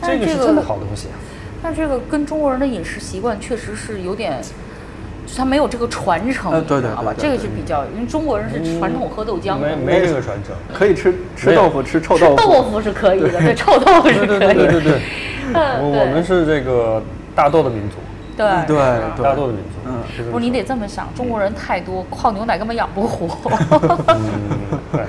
Speaker 3: 但是
Speaker 4: 个
Speaker 3: 这
Speaker 4: 是
Speaker 3: 个
Speaker 4: 真的好东西啊。
Speaker 3: 但这个跟中国人的饮食习惯确实是有点，就他没有这个传承，
Speaker 2: 呃
Speaker 3: 你
Speaker 2: 对对
Speaker 3: 知道吧？
Speaker 2: 对对
Speaker 3: 这个是比较，因为中国人是传统喝豆浆
Speaker 4: 没
Speaker 3: 的，
Speaker 4: 没这个传承。
Speaker 2: 可以吃吃
Speaker 4: 没有
Speaker 2: 豆腐，吃臭
Speaker 3: 吃
Speaker 2: 豆腐，
Speaker 3: 豆腐是可以的，对，臭豆腐是可以的。
Speaker 4: 对，
Speaker 3: 嗯
Speaker 4: 我我们是这个大豆的民族，
Speaker 3: 对
Speaker 2: 对对
Speaker 4: 大豆的民族，
Speaker 2: 嗯
Speaker 4: 是这么
Speaker 3: 不是你
Speaker 4: 说
Speaker 3: 得这么想，中国人太多，靠牛奶根本养不活。
Speaker 4: 嗯，对。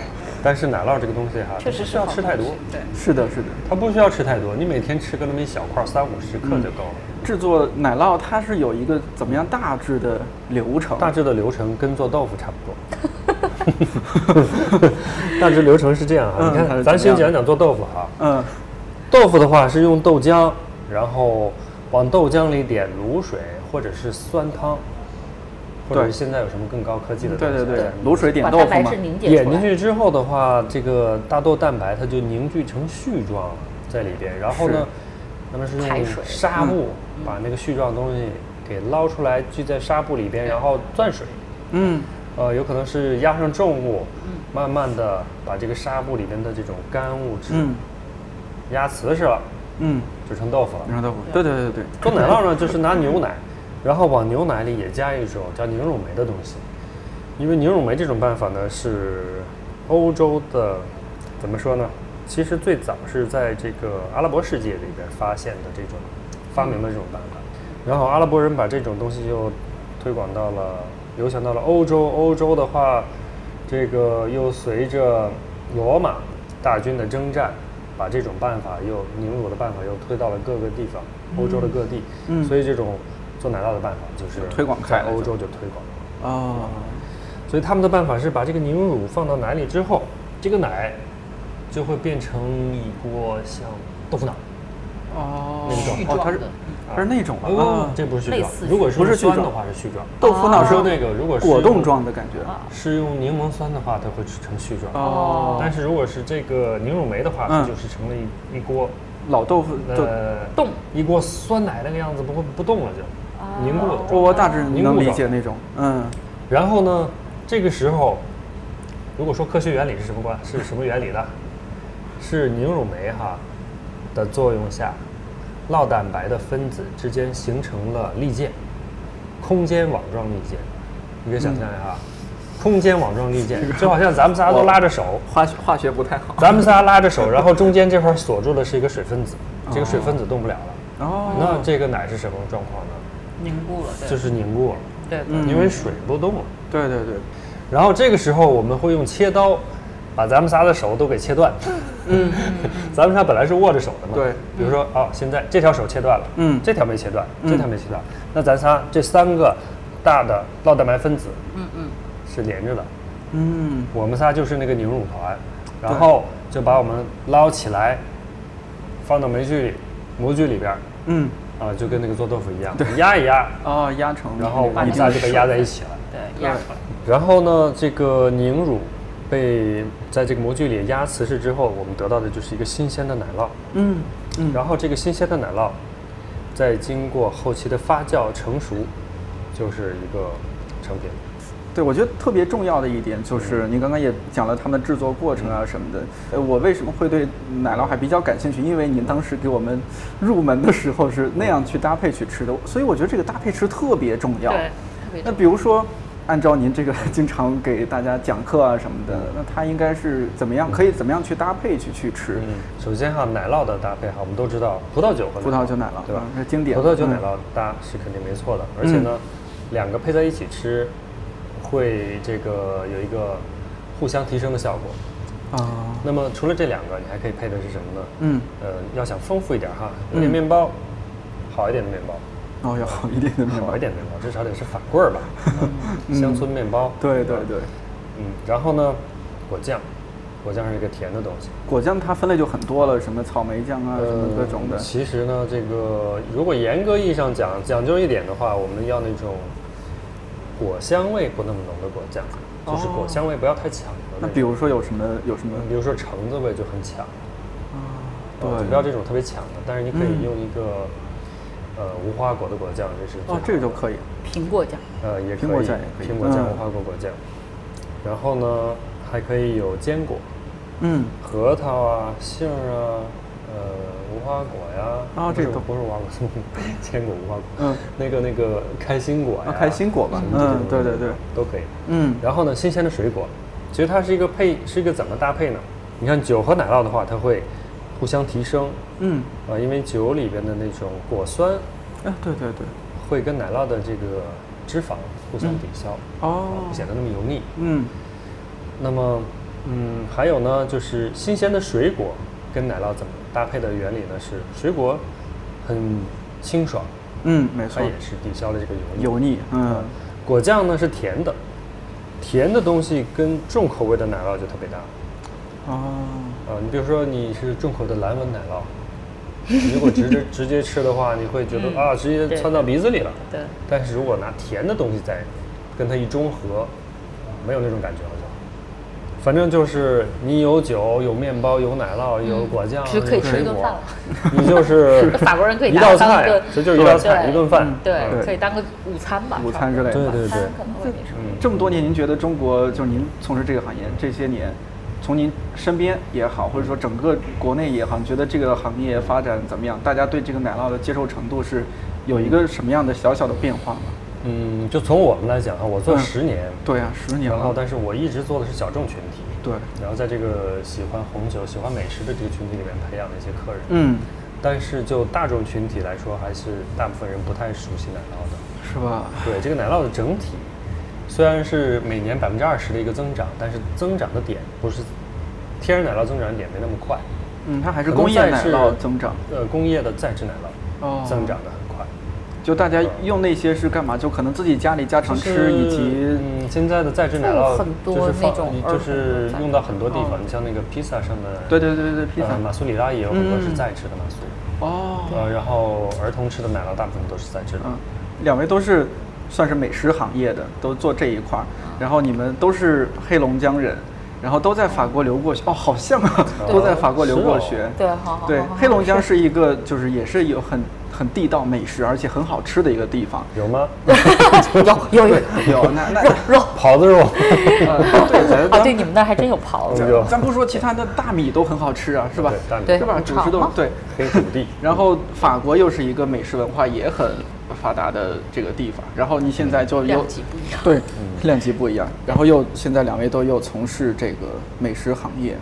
Speaker 4: 但是奶酪这个东西哈，
Speaker 3: [LAUGHS] 确实是
Speaker 4: 不需要
Speaker 3: 好
Speaker 4: 吃太
Speaker 3: 东
Speaker 4: 多
Speaker 3: 西，对，
Speaker 2: 是的，是的。
Speaker 4: 它不需要吃太多，你每天吃个那么一小块儿，三五十克就够了。
Speaker 2: 制作奶酪它是有一个怎么样大致的流
Speaker 4: [LAUGHS]
Speaker 2: 程？
Speaker 4: 大致的流程跟做豆腐差不多。 [LAUGHS] 大致流程是这样啊，
Speaker 2: 嗯
Speaker 4: 你
Speaker 2: 它
Speaker 4: 看，
Speaker 2: 是
Speaker 4: 咱
Speaker 2: 怎么
Speaker 4: 先
Speaker 2: 样
Speaker 4: 讲讲做豆腐哈。
Speaker 2: 嗯
Speaker 4: 豆腐的话是用豆浆，然后往豆浆里点卤水或者是酸汤，或者是
Speaker 2: 对
Speaker 4: 现在有什么更高科技的东
Speaker 2: 对
Speaker 4: 西啊？
Speaker 2: 对对，卤水点
Speaker 3: 把
Speaker 2: 豆
Speaker 3: 蛋
Speaker 2: 腐
Speaker 3: 白
Speaker 2: 嘛
Speaker 3: 质，凝结
Speaker 4: 演
Speaker 3: 出
Speaker 4: 进
Speaker 3: 来。
Speaker 4: 去之后的话，这个大豆蛋白它就凝聚成絮状了在里边，然后
Speaker 2: 是
Speaker 4: 呢，那么是用
Speaker 3: 排水嗯
Speaker 4: 纱布把那个絮状东西给捞出来，聚在纱布里边，然后攥水，
Speaker 2: 嗯，
Speaker 4: 呃，有可能是压上重物，
Speaker 3: 嗯
Speaker 4: 慢慢的把这个纱布里边的这种干物质
Speaker 2: 嗯
Speaker 4: 压瓷实了，
Speaker 2: 嗯，
Speaker 4: 就成豆腐了。
Speaker 2: 然后豆腐，对对对对，
Speaker 4: 做奶酪呢，就是拿牛奶，然后往牛奶里也加一种叫凝乳酶的东西，因为凝乳酶这种办法呢是欧洲的，怎么说呢？其实最早是在这个阿拉伯世界里边发现的这种发明的这种办法，然后阿拉伯人把这种东西又推广到了流行到了欧洲，欧洲的话，这个又随着罗马大军的征战，把这种办法又凝乳的办法又推到了各个地方，欧洲的各地，
Speaker 2: 嗯
Speaker 4: 所以这种做奶酪的办法就是
Speaker 2: 推广开
Speaker 4: 在
Speaker 2: 了
Speaker 4: 欧洲就推广了。
Speaker 2: 哦，
Speaker 4: 所以他们的办法是把这个凝乳放到奶里之后，这个奶就会变成一锅像豆腐脑。
Speaker 2: 哦
Speaker 4: 那种
Speaker 2: 哦，它是它是那种的啊，
Speaker 4: 哦这不是絮
Speaker 3: 类
Speaker 4: 状
Speaker 3: 似，
Speaker 4: 如果
Speaker 2: 不是絮
Speaker 4: 酸的
Speaker 2: 状
Speaker 4: 话是絮状。
Speaker 2: 豆腐脑是
Speaker 4: 说那个如果是
Speaker 2: 果冻
Speaker 4: 用
Speaker 2: 状的感觉，
Speaker 4: 是用柠檬酸的话，它会成絮状。
Speaker 2: 哦，
Speaker 4: 但是如果是这个凝乳酶的话，
Speaker 2: 嗯
Speaker 4: 它就是成了一一锅，
Speaker 2: 老豆腐就
Speaker 4: 呃，
Speaker 3: 冻啊
Speaker 4: 一锅酸奶那个样子，不会不动了就凝固了状态。
Speaker 2: 我我大致能理解那种，嗯
Speaker 4: 然后呢，这个时候，如果说科学原理是什么关是什么原理呢？是凝乳酶哈的作用下，酪蛋白的分子之间形成了利键，空间网状利键。你可以想象一下，
Speaker 2: 嗯
Speaker 4: 空间网状利键就好像咱们仨都拉着手，
Speaker 2: 化学化学不太好，
Speaker 4: 咱们仨拉着手，然后中间这块锁住的是一个水分子，这个水分子动不了了。那
Speaker 2: 哦，
Speaker 4: 这个奶是什么状况呢？
Speaker 3: 凝固了，对
Speaker 4: 就是凝固了，
Speaker 3: 对
Speaker 2: 嗯
Speaker 4: 因为水不动了。
Speaker 2: 对对对，
Speaker 4: 然后这个时候我们会用切刀，把咱们仨的手都给切断。
Speaker 2: 嗯
Speaker 4: [LAUGHS] 咱们仨本来是握着手的嘛，
Speaker 2: 对。
Speaker 4: 比如说，哦，现在这条手切断了，
Speaker 2: 嗯
Speaker 4: 这条没切断，
Speaker 2: 嗯
Speaker 4: 这条没切断，那咱仨这三个大的酪蛋白分子
Speaker 3: 嗯嗯，
Speaker 4: 是连着的，
Speaker 2: 嗯，
Speaker 4: 我们仨就是那个凝乳团，然后就把我们捞起来，放到霉菌里、模具里边儿，
Speaker 2: 嗯，
Speaker 4: 啊，就跟那个做豆腐一样，压一压，
Speaker 2: 哦，压成
Speaker 4: 然后我
Speaker 2: 那
Speaker 4: 们
Speaker 2: 个
Speaker 4: 仨就被压在一起了。
Speaker 3: 对，压出来。
Speaker 4: 然后呢，这个凝乳被在这个模具里压瓷实之后，我们得到的就是一个新鲜的奶酪。
Speaker 2: 嗯嗯，
Speaker 4: 然后这个新鲜的奶酪，再经过后期的发酵成熟，就是一个成品。
Speaker 2: 对，我觉得特别重要的一点就是，您刚刚也讲了他们的制作过程啊什么的。呃，我为什么会对奶酪还比较感兴趣？因为您当时给我们入门的时候是那样去搭配去吃的，所以我觉得这个搭配吃特别重要。
Speaker 3: 对，特别
Speaker 2: 那
Speaker 3: 重
Speaker 2: 比如说，按照您这个 [LAUGHS] 经常给大家讲课啊什么的，那它应该是怎么样？可以怎么样去搭配去去吃？
Speaker 4: 嗯，首先哈，奶酪的搭配哈，我们都知道葡萄酒和
Speaker 2: 葡萄酒奶酪
Speaker 4: 对吧
Speaker 2: 嗯？是经典
Speaker 4: 葡萄酒
Speaker 2: 嗯
Speaker 4: 奶酪搭是肯定没错的，而且呢，两个配在一起吃，会这个有一个互相提升的效果。
Speaker 2: 啊，
Speaker 4: 那么除了这两个，你还可以配的是什么呢？
Speaker 2: 嗯，
Speaker 4: 呃，要想丰富一点哈，有点
Speaker 2: 嗯
Speaker 4: 面包，好一点的面包，
Speaker 2: 哦，要好 [LAUGHS] 一点的面包嗯
Speaker 4: 好一。点的面包，至少得是法棍儿吧， [LAUGHS] 乡村面包。
Speaker 2: 对对对，
Speaker 4: 嗯，然后呢，果酱，果酱是一个甜的东西，呃
Speaker 2: 果酱它分类就很多了，什么草莓酱啊，什么各种的。
Speaker 4: 其实呢，这个如果严格意义上讲，讲究一点的话，我们要那种果香味不那么浓的果酱，就是果香味不要太强的
Speaker 2: 哦那
Speaker 4: 那
Speaker 2: 比
Speaker 4: 种。
Speaker 2: 如说有什么有什么？
Speaker 4: 比如说橙子味就很强，
Speaker 2: 啊对，
Speaker 4: 呃不要这种特别强的，但是你可
Speaker 2: 嗯
Speaker 4: 以用一个、呃无花果的果酱，这是最
Speaker 2: 哦
Speaker 4: 好，
Speaker 2: 这个
Speaker 4: 的
Speaker 2: 就可以。
Speaker 3: 苹果酱，
Speaker 4: 呃，也可以，
Speaker 2: 苹果酱也可以
Speaker 4: 苹果酱、
Speaker 2: 嗯
Speaker 4: 无花果果酱。然后呢，还可以有坚果，
Speaker 2: 嗯，
Speaker 4: 核桃啊、杏儿啊，呃，无花果呀。
Speaker 2: 啊
Speaker 4: 不是
Speaker 2: 这个
Speaker 4: 不是无花果， [LAUGHS] 坚果、无花果。
Speaker 2: 嗯，
Speaker 4: 那个那个开心果呀，
Speaker 2: 啊开心果吧
Speaker 4: 什么这种
Speaker 2: 嗯对对对
Speaker 4: 都可以。
Speaker 2: 嗯
Speaker 4: 然后呢，新鲜的水果，其实它是一个配，是一个怎么搭配呢？你看酒和奶酪的话，它会互相提升，呃
Speaker 2: 嗯，
Speaker 4: 啊、因为酒里边的那种果酸
Speaker 2: 哎，对对对，
Speaker 4: 会跟奶酪的这个脂肪互相抵消，
Speaker 2: 哦
Speaker 4: 不显得那么油腻。
Speaker 2: 嗯，
Speaker 4: 那么，嗯，还有呢，就是新鲜的水果跟奶酪怎么搭配的原理呢？是水果很清爽，
Speaker 2: 嗯，没
Speaker 4: 它
Speaker 2: 错
Speaker 4: 也，是抵消了这个油腻。
Speaker 2: 油腻，嗯，
Speaker 4: 果酱呢是甜的，甜的东西跟重口味的奶酪就特别搭。
Speaker 2: 哦，
Speaker 4: 啊、你比如说你是重口的蓝纹奶酪，你如果直
Speaker 3: [LAUGHS]
Speaker 4: 接直接吃的话，你会觉得、
Speaker 3: 嗯
Speaker 4: 啊，直接
Speaker 3: 对
Speaker 4: 窜到鼻子里了。
Speaker 3: 对，
Speaker 4: 但是如果拿甜的东西再跟它一中和，啊没有那种感觉了就。反正就是你有酒、有面包、有奶酪、有果酱、
Speaker 3: 其实嗯可以
Speaker 4: 有
Speaker 3: 吃
Speaker 4: 水
Speaker 3: 一顿
Speaker 4: 果
Speaker 3: 饭了
Speaker 4: 你就是
Speaker 3: [LAUGHS] 法国人可以
Speaker 4: 一
Speaker 3: 拿
Speaker 4: 道
Speaker 3: 当一
Speaker 4: 菜
Speaker 3: 个
Speaker 4: 啊，这就是一道菜
Speaker 3: 对
Speaker 4: 一顿饭。嗯
Speaker 3: 对，可以当个午餐吧，
Speaker 2: 午餐之类
Speaker 4: 对
Speaker 2: 的。
Speaker 4: 对
Speaker 3: 午
Speaker 4: 对
Speaker 3: 餐，可能会没什么。
Speaker 4: 嗯，
Speaker 2: 这么多年，您觉得中国就是您从事这个行业这些年，从您身边也好，或者说整个国内也好，你觉得这个行业发展怎么样？大家对这个奶酪的接受程度是有一个什么样的小小的变化吗？
Speaker 4: 嗯，就从我们来讲啊，我做
Speaker 2: 嗯
Speaker 4: 十年，
Speaker 2: 对啊，十年
Speaker 4: 然后
Speaker 2: 了，
Speaker 4: 但是我一直做的是小众群体，
Speaker 2: 对，
Speaker 4: 然后在这个喜欢红酒、喜欢美食的这个群体里面培养了一些客人。
Speaker 2: 嗯，
Speaker 4: 但是就大众群体来说，还是大部分人不太熟悉奶酪的。
Speaker 2: 是吧？
Speaker 4: 对这个奶酪的整体，虽然是每年百分之二十的一个增长，但是增长的点不是天然奶酪增长的点没那么快，
Speaker 2: 嗯，它还是
Speaker 4: 可能
Speaker 2: 工业
Speaker 4: 再
Speaker 2: 奶
Speaker 4: 是
Speaker 2: 酪增长，
Speaker 4: 呃，工业的再制奶酪、
Speaker 2: 哦
Speaker 4: 增长的很快。
Speaker 2: 就大家用那些是干嘛？就可能自己家里家常
Speaker 4: 就是
Speaker 2: 吃，以及
Speaker 4: 嗯，现在的再制奶酪
Speaker 3: 会有很多
Speaker 4: 就是放
Speaker 3: 那种儿童
Speaker 4: 就是用到很多地
Speaker 2: 哦
Speaker 4: 方，你像那个披萨上的，
Speaker 2: 对对对对对披萨
Speaker 4: 呃马苏里拉也有很多是
Speaker 2: 嗯
Speaker 4: 再制的马苏，
Speaker 2: 哦，
Speaker 4: 呃，然后儿童吃的奶酪大部分都是再制的，
Speaker 2: 嗯，两位都是算是美食行业的，都做这一块儿，
Speaker 4: 嗯
Speaker 2: 然后你们都是黑龙江人，然后都在法国留过学，哦，好像啊，
Speaker 4: 对
Speaker 2: 都在法国留过
Speaker 4: 是
Speaker 2: 学
Speaker 4: 哦。
Speaker 3: 对，好好好。
Speaker 2: 对
Speaker 3: 好好，
Speaker 2: 黑龙江是一个就是也是有很很地道美食，而且很好吃的一个地方。
Speaker 4: 有
Speaker 2: [LAUGHS]
Speaker 4: 吗？
Speaker 3: 有有有，
Speaker 2: [LAUGHS] 有那 [LAUGHS] 那
Speaker 3: 肉
Speaker 4: 狍子肉，
Speaker 2: 呃对咱
Speaker 3: 啊，对，
Speaker 2: 咱
Speaker 3: 你们那儿还真有狍子。
Speaker 4: 有
Speaker 2: 咱不说其他的，大米都很好吃啊，是吧？
Speaker 4: 对大米
Speaker 2: 是吧？
Speaker 3: 对
Speaker 2: 主食都
Speaker 3: 炒吗
Speaker 2: 对。
Speaker 4: 黑土地，
Speaker 2: 然后法国又是一个美食文化也很发达的这个地方，然后你现在就有
Speaker 3: 量级不一样
Speaker 2: 对，量级不一样。然后又现在两位都又从事这个美食行业，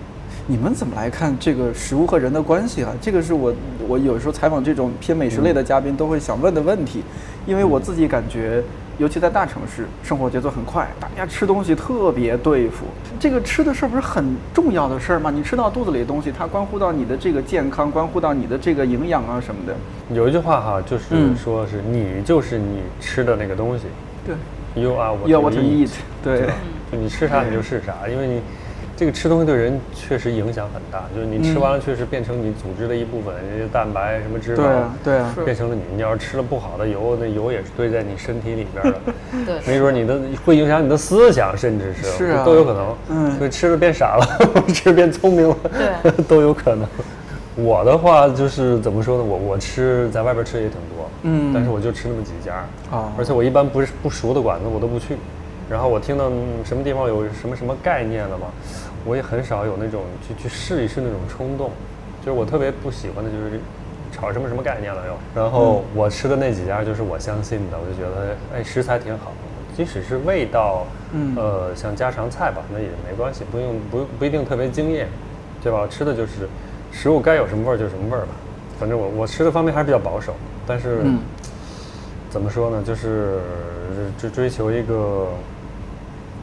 Speaker 2: 你们怎么来看这个食物和人的关系啊？这个是我我有时候采访这种偏美食类的嘉宾都会想问的问题，因为我自己感觉。尤其在大城市，生活节奏很快，大家吃东西特别对付。这个吃的事儿不是很重要的事儿吗？你吃到肚子里的东西，它关乎到你的这个健康，关乎到你的这个营养啊什么的。
Speaker 4: 有一句话哈，就是
Speaker 2: 嗯
Speaker 4: 说是你就是你吃的那个东西
Speaker 2: 对
Speaker 4: ，You are what
Speaker 2: ，You are what you
Speaker 4: you
Speaker 2: eat，对
Speaker 4: 吧就你吃啥你就是啥，因为你这个吃东西对人确实影响很大，就是你
Speaker 2: 嗯
Speaker 4: 吃完了确实变成你组织的一部分，这些蛋白什么脂肪，
Speaker 2: 对啊，对啊，
Speaker 4: 变成了你。你要是吃了不好的油，那油也是堆在你身体里边儿的，
Speaker 3: 对
Speaker 4: 没准你的会影响你的思想，甚至是
Speaker 2: 是啊
Speaker 4: 都有可能。
Speaker 2: 嗯
Speaker 4: 所以吃的变傻了， [LAUGHS] 吃得变聪明了，
Speaker 3: 对，
Speaker 4: 都有可能。我的话就是怎么说呢？我我吃在外边吃的也挺多，
Speaker 2: 嗯
Speaker 4: 但是我就吃那么几家，
Speaker 2: 哦
Speaker 4: 而且我一般不是不熟的馆子我都不去。然后我听到嗯什么地方有什么什么概念了嘛，我也很少有那种去去试一试那种冲动。就是我特别不喜欢的就是炒什么什么概念了又。然后我吃的那几家就是我相信的，我就觉得哎食材挺好，即使是味道，
Speaker 2: 嗯
Speaker 4: 呃像家常菜吧，那也没关系，不用不不一定特别惊艳，对吧？吃的就是食物该有什么味儿就什么味儿吧。反正我我吃的方面还是比较保守，但是、
Speaker 2: 嗯
Speaker 4: 怎么说呢，就是追追求一个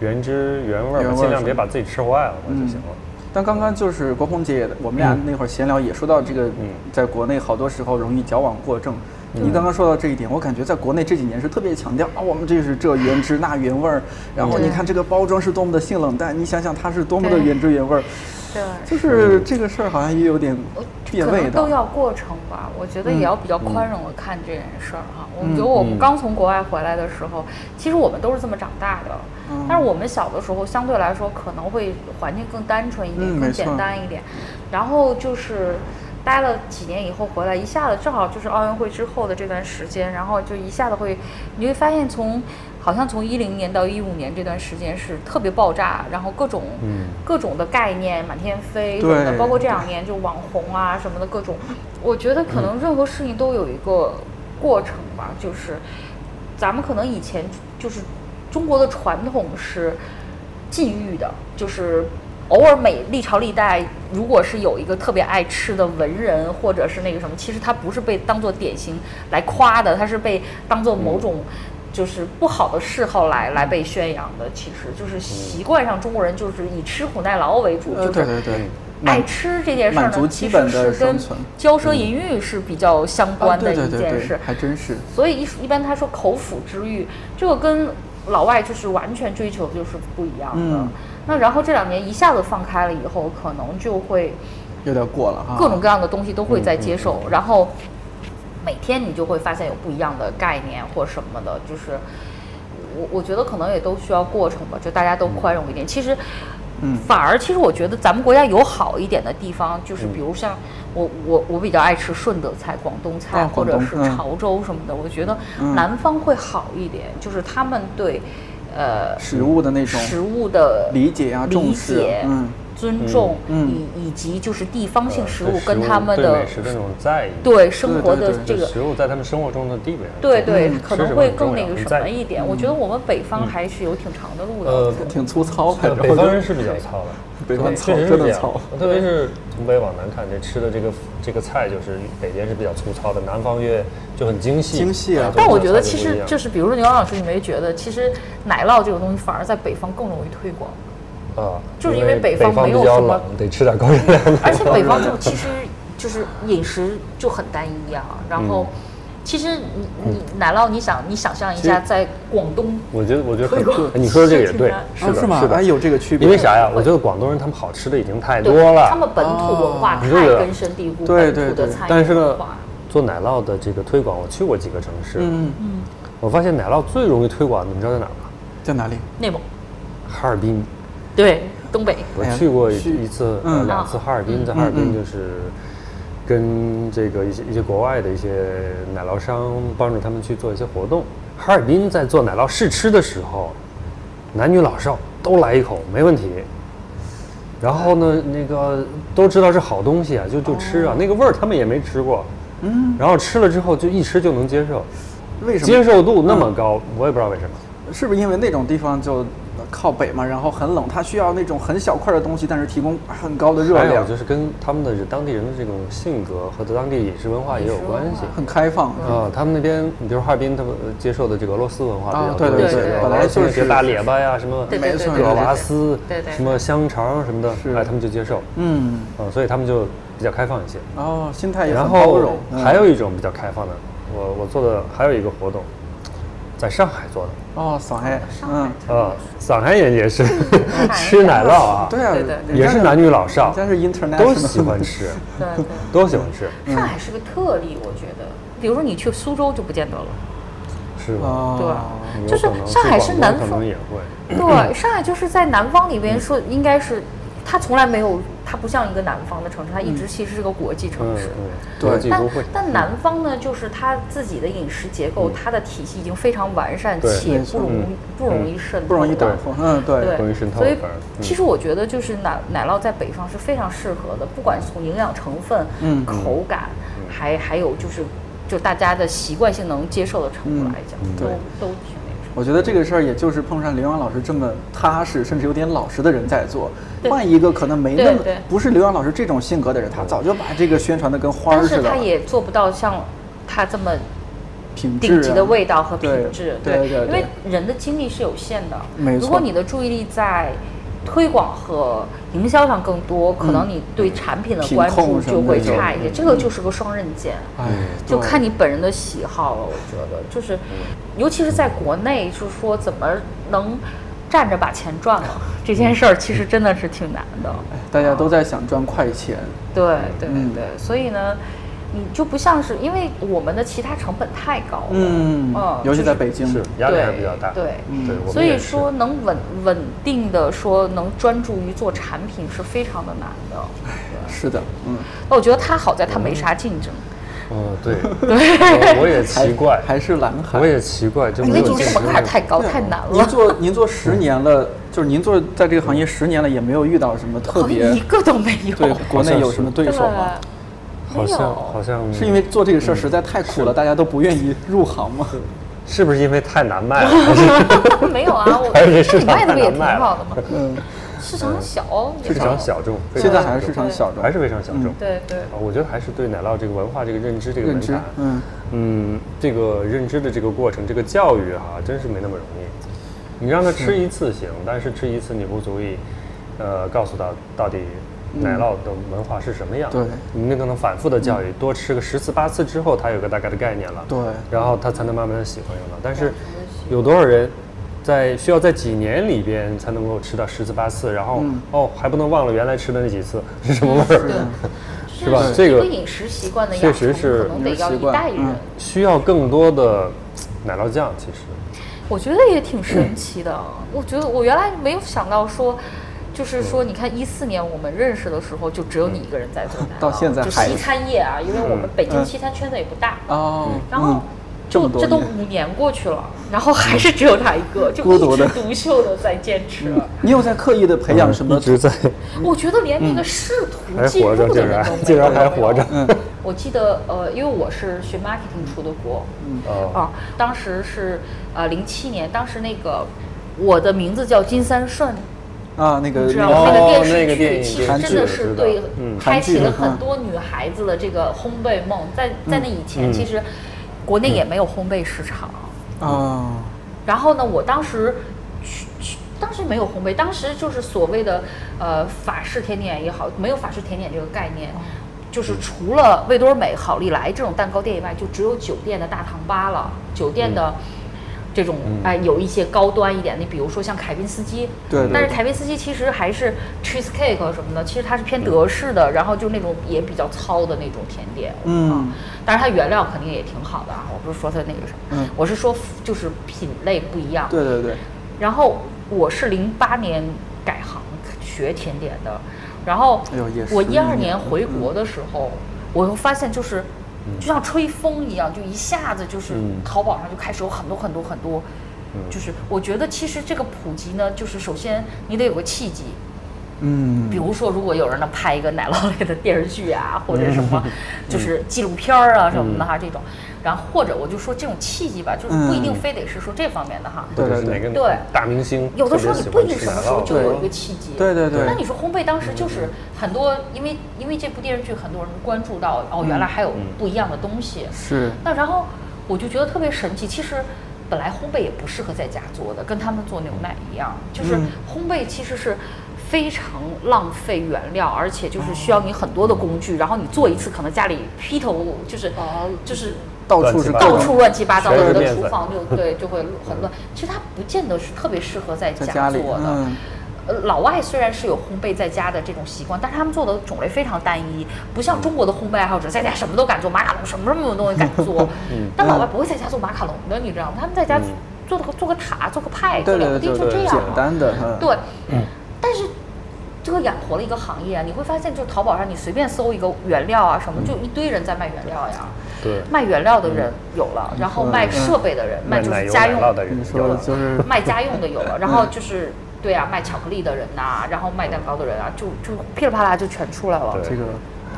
Speaker 4: 原汁原味儿
Speaker 2: 原味
Speaker 4: 吧，
Speaker 2: 儿
Speaker 4: 尽量别
Speaker 2: 是吧
Speaker 4: 把自己吃坏了
Speaker 3: 嗯
Speaker 4: 我就行了。
Speaker 2: 但刚刚就是国红姐也，我们俩那会儿闲聊也说到这个，在国内好多时候容易矫枉过正。你刚刚说到这一点，我感觉在国内这几年是特别强调啊，我们这是这原汁那原味儿，然后你看这个包装是多么的性冷淡，你想想它是多么的
Speaker 3: 对
Speaker 2: 原汁原味儿，
Speaker 3: 对。
Speaker 2: 就是这个事儿好像也有点变
Speaker 3: 呃可
Speaker 2: 味
Speaker 3: 能
Speaker 2: 道
Speaker 3: 都。要过程吧，我觉得也要比较宽容的看这件事儿哈。我
Speaker 2: 嗯
Speaker 3: 觉得我
Speaker 4: 嗯
Speaker 3: 们刚从国外回来的时候，其实我们都是这么长大的
Speaker 2: 嗯，
Speaker 3: 但是我们小的时候相对来说可能会环境更单纯一
Speaker 2: 嗯
Speaker 3: 点，
Speaker 2: 没
Speaker 3: 更
Speaker 2: 错
Speaker 3: 简单一点。然后就是待了几年以后回来，一下子正好就是奥运会之后的这段时间，然后就一下子会，你会发现从好像从一零年到一五年这段时间是特别爆炸，然后各种、
Speaker 4: 嗯
Speaker 3: 各种的概念满天飞什么的，
Speaker 2: 对
Speaker 3: 包括这两年就网红啊什么的各种，我觉得可
Speaker 2: 嗯
Speaker 3: 能任何事情都有一个过程吧，就是咱们可能以前就是中国的传统是禁欲的，就是偶尔每历朝历代，如果是有一个特别爱吃的文人，或者是那个什么，其实他不是被当做典型来夸的，他是被当做
Speaker 2: 嗯
Speaker 3: 某种就是不好的嗜好来来被宣扬的。其实就是习惯上，中国人就是以吃苦耐劳为主，
Speaker 2: 嗯呃，
Speaker 3: 就
Speaker 2: 对
Speaker 3: 是
Speaker 2: 对对，
Speaker 3: 爱吃这件事儿
Speaker 2: 满足
Speaker 3: 呢，
Speaker 2: 基
Speaker 3: 其
Speaker 2: 本
Speaker 3: 实
Speaker 2: 的
Speaker 3: 是
Speaker 2: 生
Speaker 3: 跟
Speaker 2: 存嗯
Speaker 3: 骄奢淫欲是比较相
Speaker 2: 啊
Speaker 3: 关的
Speaker 2: 对对
Speaker 3: 一
Speaker 2: 对
Speaker 3: 件
Speaker 2: 对
Speaker 3: 事。
Speaker 2: 还真是。
Speaker 3: 所以一一般他说口腹之欲，这个跟老外就是完全追求就是不一样的。
Speaker 2: 嗯
Speaker 3: 那然后这两年一下子放开了以后，可能就会
Speaker 2: 有点过了哈，
Speaker 3: 各种各样的东西都会
Speaker 2: 嗯
Speaker 3: 在接受，然后每天你就会发现有不一样的概念或什么的，就是我我觉得可能也都需要过程吧，就大家都宽容一点。其实，
Speaker 2: 嗯
Speaker 3: 反而其实我觉得咱们国家有好一点的地方，就是
Speaker 2: 嗯
Speaker 3: 比如像我我我比较爱吃顺德菜、广东菜、
Speaker 2: 啊
Speaker 3: 或
Speaker 2: 广
Speaker 3: 者
Speaker 2: 东
Speaker 3: 是
Speaker 2: 嗯
Speaker 3: 潮州什么的，我觉得
Speaker 2: 嗯
Speaker 3: 南方会好一点，就是他们对呃
Speaker 2: 食物的那种
Speaker 3: 食物的
Speaker 2: 理解啊重
Speaker 3: 理
Speaker 2: 视
Speaker 3: 解、
Speaker 2: 嗯
Speaker 3: 尊重，
Speaker 2: 嗯
Speaker 3: 以以及就是地方性
Speaker 4: 呃
Speaker 3: 食
Speaker 4: 对
Speaker 3: 物跟他们
Speaker 4: 对
Speaker 3: 的
Speaker 4: 美食的那种在意，
Speaker 3: 对生
Speaker 2: 对
Speaker 3: 活
Speaker 2: 对
Speaker 3: 的
Speaker 2: 对
Speaker 3: 这
Speaker 4: 就
Speaker 3: 个。
Speaker 4: 食物在他们生活中的地位很重要。
Speaker 3: 对对，
Speaker 2: 嗯
Speaker 3: 可
Speaker 4: 吃
Speaker 3: 能
Speaker 4: 什么
Speaker 3: 会
Speaker 4: 很
Speaker 3: 更
Speaker 4: 重
Speaker 3: 那
Speaker 4: 要
Speaker 3: 个
Speaker 4: 很
Speaker 3: 什
Speaker 4: 在
Speaker 3: 么
Speaker 4: 意
Speaker 3: 一点。我觉得我们北方还是有挺长的路要
Speaker 4: 呃
Speaker 3: 走。
Speaker 2: 挺粗糙，反
Speaker 4: 呃
Speaker 2: 正
Speaker 4: 北
Speaker 2: 我
Speaker 4: 方
Speaker 2: 觉
Speaker 4: 人
Speaker 2: 得
Speaker 4: 是比较糙的，
Speaker 2: 北方
Speaker 4: 对
Speaker 2: 糙
Speaker 4: 确实是
Speaker 2: 真的
Speaker 4: 这样
Speaker 2: 糙。
Speaker 4: 特别是从北往南看，这吃的这个这个菜就是北边是比较粗糙的，南方越就很精细。
Speaker 2: 精细啊
Speaker 3: 但我觉得其实就是是，比如说牛郎老师，你没觉得其实奶酪这种东西反而在北方更容易推广，
Speaker 4: 啊，
Speaker 3: 就是因
Speaker 4: 因
Speaker 3: 为北
Speaker 4: 北
Speaker 3: 方没有
Speaker 4: 比较
Speaker 3: 什么
Speaker 4: 冷，得吃点高热量的。
Speaker 3: [LAUGHS] 而且北方就其实就是饮食就很单一啊。然后，
Speaker 4: 嗯
Speaker 3: 其实你你奶酪，你想你想象一下，在广东
Speaker 4: [LAUGHS] 我觉得，我觉得很
Speaker 3: [LAUGHS] 推广
Speaker 4: 对，你说的这个也
Speaker 3: 是
Speaker 4: 对
Speaker 3: 吧，
Speaker 4: 是的，
Speaker 2: 啊是吗
Speaker 4: 的，
Speaker 2: 哎有这个区别
Speaker 4: 因为啥呀？我觉得广东人他们好吃的已经太多
Speaker 3: 对
Speaker 4: 了，
Speaker 3: 他们本土文化
Speaker 4: 哦
Speaker 3: 太根深蒂固，本
Speaker 2: 对
Speaker 3: 土
Speaker 2: 对
Speaker 3: 的
Speaker 2: 对
Speaker 3: 餐饮
Speaker 4: 但是呢
Speaker 3: 文化，
Speaker 4: 做奶酪的这个推广，我去过几个城市，
Speaker 2: 嗯，
Speaker 4: 我发现奶酪最容易推广的，你知道在哪儿吗？
Speaker 2: 在哪里？
Speaker 3: 内蒙
Speaker 4: 哈尔滨。
Speaker 3: 对东北
Speaker 4: 我
Speaker 2: 哎呀
Speaker 4: 去过
Speaker 2: 去
Speaker 4: 一次、
Speaker 2: 嗯
Speaker 4: 呃、两次哈尔滨，在哈尔滨就是跟这个一些一些国外的一些奶酪商帮助他们去做一些活动。哈尔滨在做奶酪试吃的时候，男女老少都来一口，没问题。然后呢，那个都知道是好东西啊，就就吃啊，那个味儿他们也没吃过。
Speaker 2: 哦嗯，
Speaker 4: 然后吃了之后就一吃就能接受，
Speaker 2: 为什
Speaker 4: 接
Speaker 2: 么？
Speaker 4: 受度那么高，我也不知道为什么。
Speaker 2: 是不是因为那种地方就靠北嘛，然后很冷，它需要那种很小块的东西，但是提供很高的热
Speaker 4: 还有
Speaker 2: 量
Speaker 4: 就，是跟他们的当地人的这种性格和当地饮食文化也有关系。
Speaker 2: 很开放。
Speaker 4: 啊，他们那边，你比如哈尔滨，他们呃接受的这个俄罗斯文化比
Speaker 2: 啊
Speaker 4: 较多
Speaker 2: 对
Speaker 4: 一
Speaker 2: 对
Speaker 4: 些
Speaker 3: 对
Speaker 4: 吧
Speaker 3: 本
Speaker 2: 来
Speaker 4: 俄罗斯
Speaker 2: 就
Speaker 4: 那些
Speaker 2: 是
Speaker 4: 大列巴呀，什么
Speaker 3: 对对
Speaker 2: 没
Speaker 3: 对
Speaker 2: 错
Speaker 3: 对
Speaker 4: 葛
Speaker 3: 对
Speaker 4: 瓦斯
Speaker 3: 对对，对
Speaker 4: 什么香肠什么的
Speaker 2: 是，
Speaker 4: 哎，他们就接受，
Speaker 2: 嗯，
Speaker 4: 啊，所以他们就比较开放一些。
Speaker 2: 哦，心态也
Speaker 4: 然
Speaker 2: 很包
Speaker 4: 后
Speaker 2: 容。嗯
Speaker 4: 还有一种比较开放的，我我做的还有一个活动，在上海做的，
Speaker 2: 哦，上海，
Speaker 3: 上海
Speaker 2: 嗯，
Speaker 4: 啊，上海人也是吃
Speaker 3: 奶
Speaker 4: 奶酪啊，
Speaker 2: 对啊，
Speaker 3: 对对
Speaker 2: 人家
Speaker 4: 也是男女老少
Speaker 2: 人家是 international，
Speaker 4: 都喜欢吃，
Speaker 3: 对
Speaker 2: 嗯
Speaker 3: 对。
Speaker 4: 都喜欢
Speaker 2: [LAUGHS]
Speaker 4: 吃，
Speaker 3: 上海是个特例，我觉得。比如说你去苏州就不见得了，
Speaker 4: 是吗？
Speaker 3: 对吧
Speaker 2: 哦，？
Speaker 4: 有
Speaker 3: 就是
Speaker 4: 可能
Speaker 3: 上
Speaker 4: 去
Speaker 3: 海
Speaker 4: 广
Speaker 3: 是
Speaker 4: 东
Speaker 3: 南
Speaker 4: 可
Speaker 3: 方
Speaker 4: 能，也嗯会。
Speaker 3: 对，上海就是在南方里边说应该是，它从来没有，它不像一个南方的城市，它
Speaker 2: 嗯
Speaker 3: 一直其实是个国际城
Speaker 4: 嗯
Speaker 3: 市。
Speaker 4: 嗯，
Speaker 2: 对
Speaker 4: 国际
Speaker 3: 但
Speaker 4: 都会。嗯
Speaker 3: 但南方呢，就是它自己的饮食结构，它的体系已经非常完善，
Speaker 4: 对
Speaker 3: 且
Speaker 2: 没
Speaker 3: 不
Speaker 2: 错
Speaker 3: 容
Speaker 4: 嗯
Speaker 3: 不容易渗透，
Speaker 2: 不容易打破。嗯，对，
Speaker 4: 容易
Speaker 3: 对，
Speaker 4: 渗透
Speaker 3: 所以
Speaker 4: 反而嗯
Speaker 3: 其实我觉得就是奶奶酪在北方是非常适合的，不管是从营养成分、
Speaker 2: 嗯
Speaker 3: 口感，还还有就是就大家的习惯性能接受的程度来讲，
Speaker 2: 嗯
Speaker 3: 都都挺那个什么。
Speaker 2: 我觉得这个事儿也就是碰上刘洋老师这么踏实，甚至有点老实的人在做。
Speaker 3: 对
Speaker 2: 换一个可能没那么
Speaker 3: 对对
Speaker 2: 不是刘洋老师这种性格的人，他早就把这个宣传的跟花
Speaker 3: 但
Speaker 2: 儿
Speaker 3: 是
Speaker 2: 似的
Speaker 3: 它
Speaker 2: 了，
Speaker 3: 也做不到像它这么
Speaker 2: 品质、啊、
Speaker 3: 顶级的味道和品
Speaker 2: 对
Speaker 3: 质，
Speaker 2: 对对对
Speaker 3: 因为人的精力是有限的，
Speaker 2: 没错
Speaker 3: 如果你的注意力在推广和营销上更多，可能你对产品的
Speaker 2: 嗯品
Speaker 3: 关
Speaker 2: 控
Speaker 3: 注
Speaker 2: 什么嗯
Speaker 3: 就
Speaker 2: 的
Speaker 3: 会
Speaker 2: 就
Speaker 3: 差一些，这个就是个双刃剑。
Speaker 2: 哎，
Speaker 3: 就
Speaker 2: 对
Speaker 3: 看你本人的喜好了。我觉得就是，尤其是在国内，就是说怎么能站着把钱赚
Speaker 2: [LAUGHS]
Speaker 3: 了这件事儿，其实真的是挺难的。
Speaker 2: 大家都在想赚快钱，
Speaker 3: 对对
Speaker 2: 嗯
Speaker 3: 对，所以呢，你就不像是因为我们的其他成本太高了，
Speaker 2: 嗯，尤其
Speaker 3: 哦就
Speaker 2: 在
Speaker 3: 是
Speaker 2: 北京，
Speaker 4: 是压力还是比较大。
Speaker 3: 对对
Speaker 2: 嗯
Speaker 4: 对，我们
Speaker 3: 所以
Speaker 4: 也是
Speaker 3: 说，能稳稳定的说能专注于做产品是非常的难的。
Speaker 2: [LAUGHS] 是的，嗯，
Speaker 3: 那我觉得它好在它没啥竞争，
Speaker 4: 嗯，对，我我也奇怪，
Speaker 2: 还是蓝海
Speaker 4: 我。也奇怪，就
Speaker 3: 因
Speaker 4: 没有
Speaker 3: 为竞
Speaker 4: 竞
Speaker 3: 争门
Speaker 4: 争
Speaker 3: 槛
Speaker 4: 力
Speaker 3: 太高太难
Speaker 2: 您
Speaker 3: 了，
Speaker 2: 做您做十年了，就是您做在这个行业十年了，也没有遇到什么特
Speaker 3: 好 [LAUGHS]
Speaker 2: 别
Speaker 3: 像一个都没有。
Speaker 2: 对国内
Speaker 4: 像
Speaker 2: 有
Speaker 4: 是
Speaker 2: 什么对手吗？
Speaker 4: 好像好像
Speaker 2: 是因为做这个事儿实在太苦了，大家都不愿意入行吗？
Speaker 4: 嗯是不是因为太难卖了？
Speaker 3: [LAUGHS] 没有啊，我
Speaker 4: 还是这市
Speaker 3: 你
Speaker 4: 场
Speaker 3: 卖
Speaker 4: 太
Speaker 3: 的不也
Speaker 4: 难
Speaker 3: 挺
Speaker 4: 卖
Speaker 3: 好
Speaker 4: 了
Speaker 2: 嗯
Speaker 3: 的吗？市场小，也
Speaker 4: 市场
Speaker 3: 是
Speaker 4: 小众，非
Speaker 2: 现在
Speaker 4: 常
Speaker 2: 还
Speaker 4: 小
Speaker 2: 是
Speaker 4: 众
Speaker 2: 市场小众，
Speaker 4: 还是非常小众。
Speaker 3: 嗯对对，
Speaker 4: 啊，我觉得还是对奶酪这个文化、这个认知、这个
Speaker 2: 认
Speaker 4: 门
Speaker 2: 知
Speaker 4: 槛，，
Speaker 2: 嗯，
Speaker 4: 嗯，这个认知的这个过程，这个教育哈、真是没那么容易。你让他吃一次
Speaker 2: 嗯
Speaker 4: 行，但是吃一次你不足以，呃，告诉他到底奶酪的文化是什么样。
Speaker 2: 对嗯
Speaker 4: 你那可能反复的教育，多吃个十次八次之后，他有个大概的概念了。
Speaker 2: 对
Speaker 4: 然后他才能慢慢的喜欢上它。但是有多少人在需要在几年里边才能够吃到十次八次，然后、
Speaker 2: 嗯
Speaker 4: 哦还不能忘了原来吃的那几次是什么味儿，
Speaker 3: 就是
Speaker 4: 吧
Speaker 3: 一
Speaker 4: 这个
Speaker 3: 饮食习惯的
Speaker 4: 确
Speaker 3: 养
Speaker 4: 实
Speaker 3: 成，
Speaker 4: 是
Speaker 3: 可能得
Speaker 2: 饮食
Speaker 3: 要
Speaker 2: 习
Speaker 3: 一
Speaker 2: 惯
Speaker 3: 代人
Speaker 2: 嗯。
Speaker 4: 需要更多的奶酪酱。其实
Speaker 3: 我觉得也挺神奇 [CLEARS THROAT] 的。我觉得我原来没有想到说，就是
Speaker 2: 嗯
Speaker 3: 说，你看一四年我们认识的时候，就只有你一个人在做奶酪，
Speaker 2: 到现在
Speaker 3: 就
Speaker 2: 还
Speaker 3: 西餐业啊，因为我们
Speaker 4: 嗯
Speaker 3: 北京
Speaker 2: 嗯
Speaker 3: 西餐圈子也不大，
Speaker 2: 哦，
Speaker 3: 然后
Speaker 2: 嗯这
Speaker 3: 就
Speaker 2: 么多
Speaker 3: 这都
Speaker 2: 年嗯
Speaker 3: 五年过去了，然后还是只有他一个，就
Speaker 2: 孤独
Speaker 3: 一枝
Speaker 2: 的
Speaker 3: 独秀的在坚持。
Speaker 2: 你有在刻意的培养什
Speaker 4: 嗯
Speaker 2: 么
Speaker 4: 一？直在
Speaker 3: 我觉得连那个试图
Speaker 4: 嗯还
Speaker 3: 进
Speaker 4: 活着，
Speaker 3: 入的
Speaker 4: 竟
Speaker 3: 人
Speaker 4: 然
Speaker 3: 都没有。
Speaker 4: 竟然还活着。
Speaker 2: 嗯，
Speaker 3: 我记得呃，因为我是学 marketing 出的国，
Speaker 4: [LAUGHS] 哦，
Speaker 3: 啊，当时是呃零七年，当时那个我的名字叫金三顺，
Speaker 2: 啊，那个
Speaker 3: 你知道
Speaker 2: 那个
Speaker 3: 吗？那个
Speaker 4: 哦
Speaker 3: 电
Speaker 4: 那
Speaker 3: 视
Speaker 4: 个电
Speaker 3: 剧
Speaker 4: 影
Speaker 3: 其实
Speaker 2: 韩
Speaker 3: 真
Speaker 2: 剧
Speaker 3: 的
Speaker 2: 我
Speaker 3: 是
Speaker 4: 知道
Speaker 3: 对
Speaker 4: 嗯嗯
Speaker 3: 开
Speaker 2: 韩
Speaker 3: 启
Speaker 2: 剧
Speaker 3: 了
Speaker 2: 嗯
Speaker 3: 很多女孩子的这个烘焙梦，在在那以前，其实国内也没有烘焙市场。
Speaker 2: 啊，
Speaker 3: 然后呢，我当时去去，当时没有烘焙，当时就是所谓的呃法式甜点也好，没有法式甜点这个概念。就是除了味多美、好利来这种蛋糕店以外，就只有酒店的大堂吧了。酒店的这种、哎，有一些高端一点的，比如说像凯宾斯基，
Speaker 2: 对对
Speaker 3: 但是
Speaker 2: 对
Speaker 3: 凯宾斯基其实还是 cheesecake 什么的，其实它是偏德式的，然后就那种也比较糙的那种甜点。
Speaker 2: 嗯
Speaker 3: 但是它原料肯定也挺好的啊，我不是说它那个什么，
Speaker 2: 嗯
Speaker 3: 我是说就是品类不一样。
Speaker 2: 对对对，
Speaker 3: 然后我是零八年改行学甜点的，然后
Speaker 2: 哎呦也是
Speaker 3: 我一
Speaker 2: 11
Speaker 3: 二
Speaker 2: 年
Speaker 3: 年回国的时候，我又发现就是。
Speaker 2: 嗯
Speaker 3: 就像吹风一样，就一下子就是
Speaker 4: 嗯
Speaker 3: 淘宝上就开始有很多很多很多，
Speaker 2: 嗯
Speaker 3: 就是我觉得其实这个普及呢，就是首先你得有个契机，
Speaker 2: 嗯
Speaker 3: 比如说，如果有人能拍一个奶酪类的电视剧啊，或者什么，
Speaker 2: 嗯
Speaker 3: [LAUGHS] 就是纪录片儿啊什么的哈，这种，然后或者我就说这种契机吧，就是不一定
Speaker 4: 嗯
Speaker 3: 非得是说这方面的哈，
Speaker 4: 或
Speaker 2: 对
Speaker 4: 者
Speaker 2: 对
Speaker 4: 是哪
Speaker 2: 对
Speaker 4: 个
Speaker 3: 对
Speaker 4: 大明星
Speaker 3: 有的时候
Speaker 4: 特
Speaker 3: 你
Speaker 4: 别喜
Speaker 3: 不一
Speaker 4: 欢
Speaker 3: 定
Speaker 4: 吃
Speaker 3: 什
Speaker 4: 奶
Speaker 3: 么时候
Speaker 4: 酪嗯
Speaker 3: 就
Speaker 4: 的？
Speaker 3: 有一个契机。
Speaker 2: 对对对
Speaker 3: 那你说烘焙当时就是很多，因为因为这部电视剧很多人关注到哦，
Speaker 2: 嗯
Speaker 3: 原来还有不一样的东西。
Speaker 2: 是
Speaker 3: 那然后我就觉得特别神奇，其实本来烘焙也不适合在家做的，跟他们做牛奶一样，就是
Speaker 2: 嗯
Speaker 3: 烘焙其实是非常浪费原料，而且就是需要你很多的工
Speaker 2: 哦
Speaker 3: 具，然后你做一次可能家里劈头就是、
Speaker 4: 哦
Speaker 3: 就是。
Speaker 2: 到处是
Speaker 4: 乱七八糟
Speaker 3: 到处乱七八糟的，
Speaker 4: 全
Speaker 3: 有
Speaker 4: 是
Speaker 3: 的
Speaker 4: 面
Speaker 3: 厨
Speaker 4: 粉
Speaker 3: 房就对就会很乱。其实它不见得是特别适合在
Speaker 2: 在家
Speaker 3: 家
Speaker 2: 里，
Speaker 3: 做的，
Speaker 2: 嗯，
Speaker 3: 呃，老外虽然是有烘焙在家的这种习惯，但是他们做的种类非常单一，不
Speaker 4: 嗯
Speaker 3: 像中国的烘焙爱好者在家什么都敢做，马卡龙什么什么东西敢做。
Speaker 4: 嗯
Speaker 3: 但
Speaker 2: 嗯
Speaker 3: 老外不会在家做马卡龙的，你知道吗？他们在家做个做个塔，做个派，做
Speaker 2: 对
Speaker 3: 两个
Speaker 2: 对
Speaker 3: 地
Speaker 2: 对
Speaker 3: 就
Speaker 2: 对
Speaker 3: 这
Speaker 2: 对，
Speaker 3: 样
Speaker 2: 简
Speaker 3: 了。
Speaker 2: 单的，嗯，
Speaker 3: 对，但是这个养活了一个行业，你会发现，就淘宝上你随便搜一个原料啊什
Speaker 4: 嗯
Speaker 3: 么，就一堆人在卖原料呀。
Speaker 4: 对，
Speaker 3: 卖原料的人有了，然后
Speaker 2: 嗯
Speaker 3: 卖
Speaker 2: 嗯
Speaker 3: 设备的人，卖就
Speaker 4: 奶
Speaker 3: 是
Speaker 4: 油
Speaker 3: 家
Speaker 4: 奶
Speaker 3: 用
Speaker 4: 酪的人嗯
Speaker 2: 你
Speaker 4: 有
Speaker 2: 说
Speaker 4: 了
Speaker 2: 就是
Speaker 3: 卖家用的有了，然后就是对啊，卖巧克力的人呐、然后卖蛋糕的人啊，就就噼里啪啦就全出来了
Speaker 4: 对。
Speaker 2: 这个，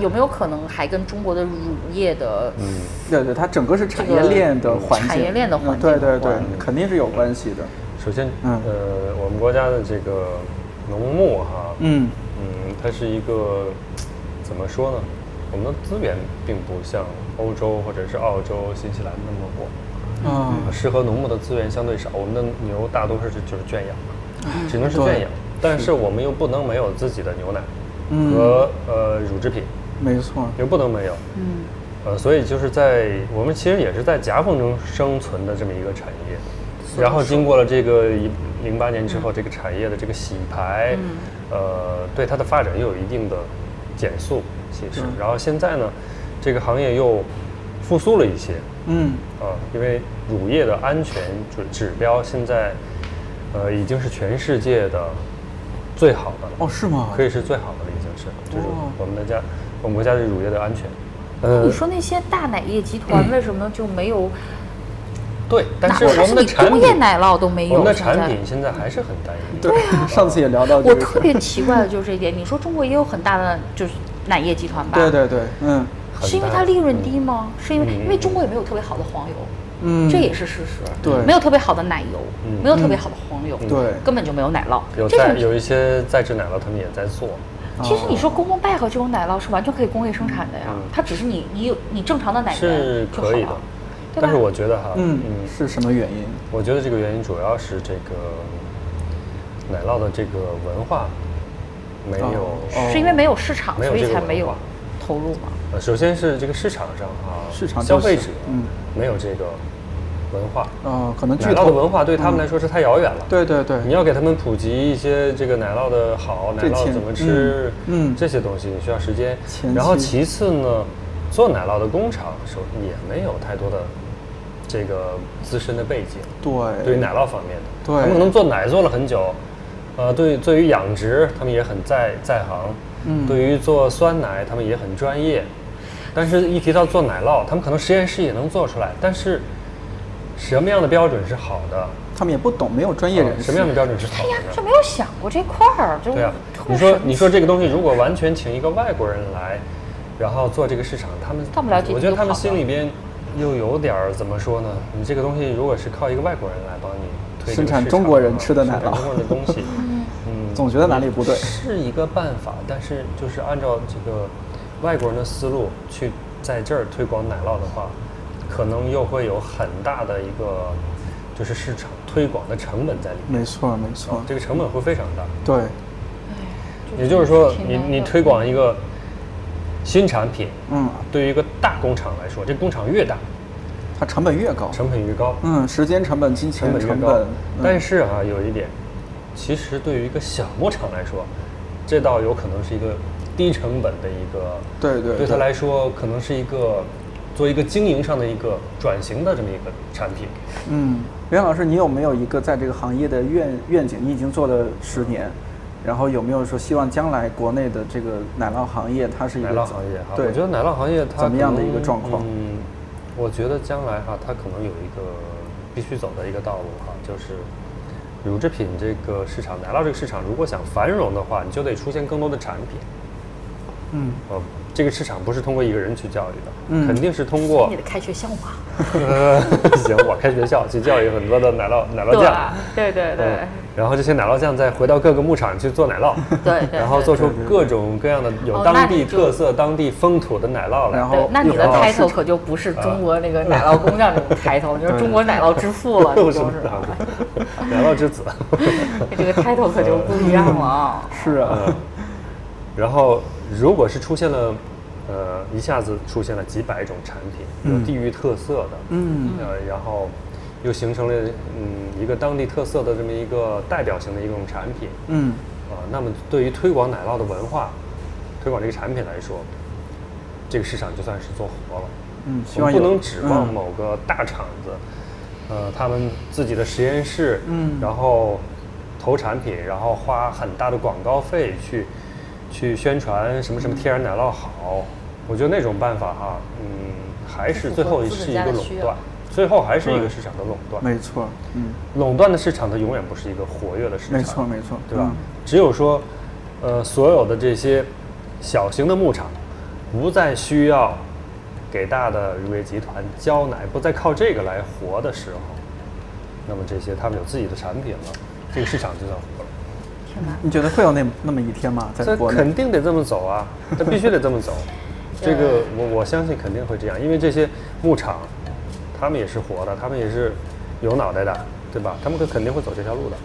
Speaker 3: 有没有可能还跟中国的乳业的？
Speaker 4: 嗯
Speaker 2: 对对，它整个是产业
Speaker 3: 这个
Speaker 2: 链的环节，
Speaker 3: 产业链的环
Speaker 2: 嗯
Speaker 3: 节
Speaker 2: 对对
Speaker 3: 有
Speaker 2: 对
Speaker 3: 关，
Speaker 2: 肯定是有关系的，
Speaker 4: 首先，
Speaker 2: 嗯
Speaker 4: 呃，我们国家的这个农牧哈，
Speaker 2: 嗯，
Speaker 4: 嗯，它是一个怎么说呢？我们的资源并不像欧洲或者是澳洲、新西兰那么广，
Speaker 2: 啊，
Speaker 4: 适合农牧的资源相对少。我们的牛大多数是就是圈
Speaker 3: 嗯
Speaker 4: 养，只能是
Speaker 2: 对
Speaker 4: 圈养，但是我们又不能没有自己的牛奶
Speaker 2: 嗯
Speaker 4: 和呃乳制品，
Speaker 2: 没错，
Speaker 4: 又不能没有。
Speaker 3: 嗯，
Speaker 4: 呃，所以就是在我们其实也是在夹缝中生存的这么一个产业，然后经过了这个一零八年之后，这个产业的这个洗牌，呃，对它的发展又有一定的减速，其实，然后现在呢，这个行业又复苏了一些，
Speaker 2: 嗯，
Speaker 4: 啊，因为乳业的安全指指标现在，呃，已经是全世界的最好的了。
Speaker 2: 哦，是吗？
Speaker 4: 可
Speaker 2: 以，
Speaker 4: 以是最好的了，已经是，就是
Speaker 2: 哦
Speaker 4: 我们的家，我们国家的乳业的安全。呃
Speaker 3: 你，说那些大奶业集团为什么就没有？
Speaker 4: 对，嗯但
Speaker 3: 哪
Speaker 4: 是
Speaker 3: 怕
Speaker 4: 我们
Speaker 3: 是
Speaker 4: 的
Speaker 3: 你
Speaker 4: 产
Speaker 3: 工
Speaker 4: 品，
Speaker 3: 业奶酪都没有。
Speaker 4: 我们的
Speaker 3: 现在啊
Speaker 4: 产品现在还是很单一。
Speaker 2: 对， [LAUGHS] 上次也聊到这
Speaker 3: 我
Speaker 2: 个事儿，
Speaker 3: 特别奇怪的就是这一点。你说中国也有很大的就是奶业集团吧？
Speaker 2: 对对对，嗯，
Speaker 4: 很
Speaker 3: 是因为
Speaker 4: 大
Speaker 3: 它利润低吗？是因为
Speaker 4: 嗯
Speaker 3: 因为中国也没有特别好的黄油，
Speaker 2: 嗯
Speaker 3: 这也是事实。
Speaker 2: 对
Speaker 3: 没有特别好的奶油，
Speaker 4: 嗯
Speaker 3: 没有特别好的黄油，
Speaker 2: 对
Speaker 3: 根本就没有奶酪。
Speaker 4: 有
Speaker 3: 这
Speaker 4: 在
Speaker 3: 种
Speaker 4: 有一些在制奶酪，他们也在做。
Speaker 3: 其实你说 g o m o b a c 这种奶酪是完全可以工业生产的呀，
Speaker 4: 嗯
Speaker 3: 它只是你你有你正常的奶
Speaker 4: 是
Speaker 3: 源就好
Speaker 4: 可以的
Speaker 3: 了，，对吧
Speaker 4: 但是我觉得哈，
Speaker 2: 嗯
Speaker 4: 嗯，
Speaker 2: 是什么原因？
Speaker 4: 我觉得这个原因主要是这个奶酪的这个文化没有，
Speaker 2: 哦哦
Speaker 3: 是因为没有市场，
Speaker 4: 没有
Speaker 3: 所以
Speaker 4: 这个
Speaker 3: 才
Speaker 4: 文
Speaker 3: 没有
Speaker 4: 化
Speaker 3: 投入嘛。
Speaker 4: 呃首先是这个市场上啊，
Speaker 2: 市场
Speaker 4: 消
Speaker 2: 就是
Speaker 4: 费者
Speaker 2: 嗯
Speaker 4: 没有这个文化，
Speaker 2: 哦，可能
Speaker 4: 奶
Speaker 2: 巨
Speaker 4: 酪
Speaker 2: 头
Speaker 4: 的文化对他们来说是太遥远了。
Speaker 2: 对对对，
Speaker 4: 你要给他们普及一些这个奶酪的好，奶
Speaker 2: 这
Speaker 4: 酪
Speaker 2: 前
Speaker 4: 怎么吃，
Speaker 2: 嗯嗯
Speaker 4: 这些东西你需要时间
Speaker 2: 前。
Speaker 4: 然后
Speaker 2: 期
Speaker 4: 其次呢，做奶酪的工厂手也没有太多的这个资深的背景，
Speaker 2: 对
Speaker 4: 对于奶酪方面的，
Speaker 2: 对
Speaker 4: 他们可能做奶做了很久，呃，对，对于养殖他们也很在在行，
Speaker 2: 嗯
Speaker 4: 对于做酸奶他们也很专业，但是一提到做奶酪，他们可能实验室也能做出来，但是什么样的标准是好的？
Speaker 2: 他们也不懂，没有专业
Speaker 4: 呃
Speaker 2: 人士。
Speaker 4: 什么样的标准是好
Speaker 3: 哎
Speaker 4: 的？
Speaker 3: 呀，就没有想过这块儿，就
Speaker 4: 对啊，
Speaker 3: 特别
Speaker 4: 你说
Speaker 3: 哦神奇
Speaker 4: 你说这个东西如果完全请一个外国人来，然后做这个市场，他们
Speaker 3: 他们了解
Speaker 4: 我觉得
Speaker 3: 就
Speaker 4: 他们
Speaker 3: 好
Speaker 4: 心
Speaker 3: 了
Speaker 4: 里边又有点儿怎么说呢？你这个东西如果是靠一个外国人来帮你推这
Speaker 2: 生
Speaker 4: 个
Speaker 2: 产
Speaker 4: 市
Speaker 2: 中
Speaker 4: 场
Speaker 2: 国
Speaker 4: 的
Speaker 2: 人
Speaker 4: 话
Speaker 2: 吃的
Speaker 4: 生
Speaker 2: 奶
Speaker 4: 产
Speaker 2: 酪
Speaker 4: 中国人的东
Speaker 3: [LAUGHS]
Speaker 4: 西，嗯，
Speaker 2: 总觉得哪里不对
Speaker 4: 是一个办法，但是就是按照这个外国人的思路去在这儿推广奶酪的话，可能又会有很大的一个就是市场推广的成本在里面，
Speaker 2: 没错没错，
Speaker 4: 这个成本会非常大。
Speaker 2: 哦对，
Speaker 3: 哎
Speaker 4: 也就是说，
Speaker 3: 挺
Speaker 4: 你
Speaker 3: 难
Speaker 4: 你
Speaker 3: 的
Speaker 4: 推广一个新产品，
Speaker 2: 嗯，
Speaker 4: 对于一个大工厂来说，这工厂越大，
Speaker 2: 它成本越高，
Speaker 4: 成本越高，
Speaker 2: 嗯，时间成本、金
Speaker 4: 成
Speaker 2: 钱
Speaker 4: 本越
Speaker 2: 成
Speaker 4: 高
Speaker 2: 本。，嗯
Speaker 4: 但
Speaker 2: 是
Speaker 4: 是啊，有一点，其实对于一个小牧场来说，这倒有可能是一个低成本的一个，
Speaker 2: 对对
Speaker 4: 对他
Speaker 2: 对
Speaker 4: 来说可能是一个做一个经营上的一个转型的这么一个产品。
Speaker 2: 嗯，袁老师，你有没有一个在这个行业的愿愿景？你已经做了十年，然后有没有说希望将来国内的这个奶酪行业它是一个
Speaker 4: 奶酪行业哈，
Speaker 2: 对，
Speaker 4: 我觉得奶酪行业它
Speaker 2: 怎么样的
Speaker 4: 可
Speaker 2: 一个
Speaker 4: 能
Speaker 2: 状况
Speaker 4: 嗯，我觉得将来哈，它可能有一个必须走的一个道路哈，就是乳制品这个市场，奶酪这个市场，如果想繁荣的话，你就得出现更多的产品。
Speaker 2: 嗯，
Speaker 4: 呃，这个市场不是通过一个人去教育的，
Speaker 2: 嗯
Speaker 4: 肯定是通过
Speaker 3: 你得开学校嘛，
Speaker 4: 呃， [LAUGHS] 行，我开学校去教育很多的奶酪奶酪
Speaker 3: 对
Speaker 4: 酱。
Speaker 3: 吧对对对
Speaker 4: 嗯，然后这些奶酪酱再回到各个牧场去做奶酪，
Speaker 3: 对对对
Speaker 4: 然后做出各种各样的有
Speaker 3: 哦
Speaker 4: 当
Speaker 3: 那
Speaker 4: 地
Speaker 3: 你就
Speaker 4: 特色、当地风土的奶酪来。
Speaker 2: 然
Speaker 3: 对
Speaker 2: 后，
Speaker 3: 那你的
Speaker 4: 有
Speaker 3: 抬头
Speaker 2: 市
Speaker 3: 可就不是中国那个奶酪工匠
Speaker 4: [LAUGHS]
Speaker 3: 这种抬头，就是中国奶酪之父了，你
Speaker 4: 啊又
Speaker 3: 就是是
Speaker 4: 奶酪，奶酪之子。
Speaker 3: 这个抬头可就不一样了啊。
Speaker 2: 是啊，
Speaker 4: 嗯然后，如果是出现了，呃，一下子出现了几百种产品，有地域特色的，
Speaker 2: 嗯，
Speaker 4: 呃，然后又形成了嗯一个当地特色的这么一个代表性的一种产品，
Speaker 2: 嗯，
Speaker 4: 啊、那么对于推广奶酪的文化，推广这个产品来说，这个市场就算是做活了。
Speaker 2: 嗯希
Speaker 4: 我们
Speaker 2: 望
Speaker 4: 不
Speaker 2: 有
Speaker 4: 能指望
Speaker 2: 嗯
Speaker 4: 某个大厂子，呃，他们自己的实验室，
Speaker 2: 嗯
Speaker 4: 然后投产品，然后花很大的广告费去去宣传什么
Speaker 2: 嗯
Speaker 4: 什么天然奶酪好。我觉得那种办法哈、嗯，还是最后
Speaker 3: 不符合资
Speaker 4: 是
Speaker 3: 本
Speaker 4: 一
Speaker 3: 家
Speaker 4: 个
Speaker 3: 的
Speaker 4: 垄
Speaker 3: 需要
Speaker 4: 断，最后还是一个
Speaker 2: 对
Speaker 4: 市场的垄断。
Speaker 2: 嗯没错，嗯，
Speaker 4: 垄断的市场它永远不是一个活跃的市场，
Speaker 2: 没错没错
Speaker 4: 对吧？
Speaker 2: 嗯
Speaker 4: 只有说，呃，所有的这些小型的牧场，不再需要给大的乳业集团交奶，不再靠这个来活的时候，那么这些他们有自己的产品了，这个市场就算活了。
Speaker 3: 挺难。
Speaker 2: 你觉得会有那那么一天吗？在
Speaker 4: 这
Speaker 2: 国内
Speaker 4: 肯？定得这么走
Speaker 2: [LAUGHS]
Speaker 4: 啊，这必须得这么走。这个我我相信肯定会这样，因为这些牧场，他们也是活的，他们也是有脑袋的，对吧？他们肯肯定会走这条路的。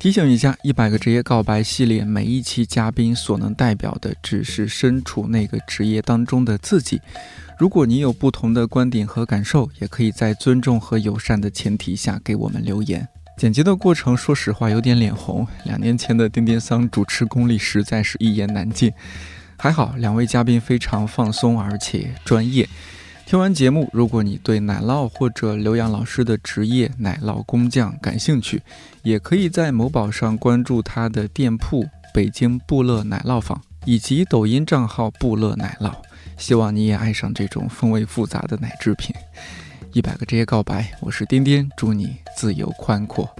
Speaker 1: 提醒一下，《一百个职业告白》系列每一期嘉宾所能代表的只是身处那个职业当中的自己。如果你有不同的观点和感受，也可以在尊重和友善的前提下给我们留言。剪辑的过程，说实话有点脸红。两年前的丁丁桑主持功力实在是一言难尽，还好两位嘉宾非常放松而且专业。听完节目，如果你对奶酪或者刘洋老师的职业奶酪工匠感兴趣，也可以在某宝上关注他的店铺“北京布乐奶酪坊”以及抖音账号“布乐奶酪”。希望你也爱上这种风味复杂的奶制品。一百个职业告白，我是颠颠，祝你自由宽阔。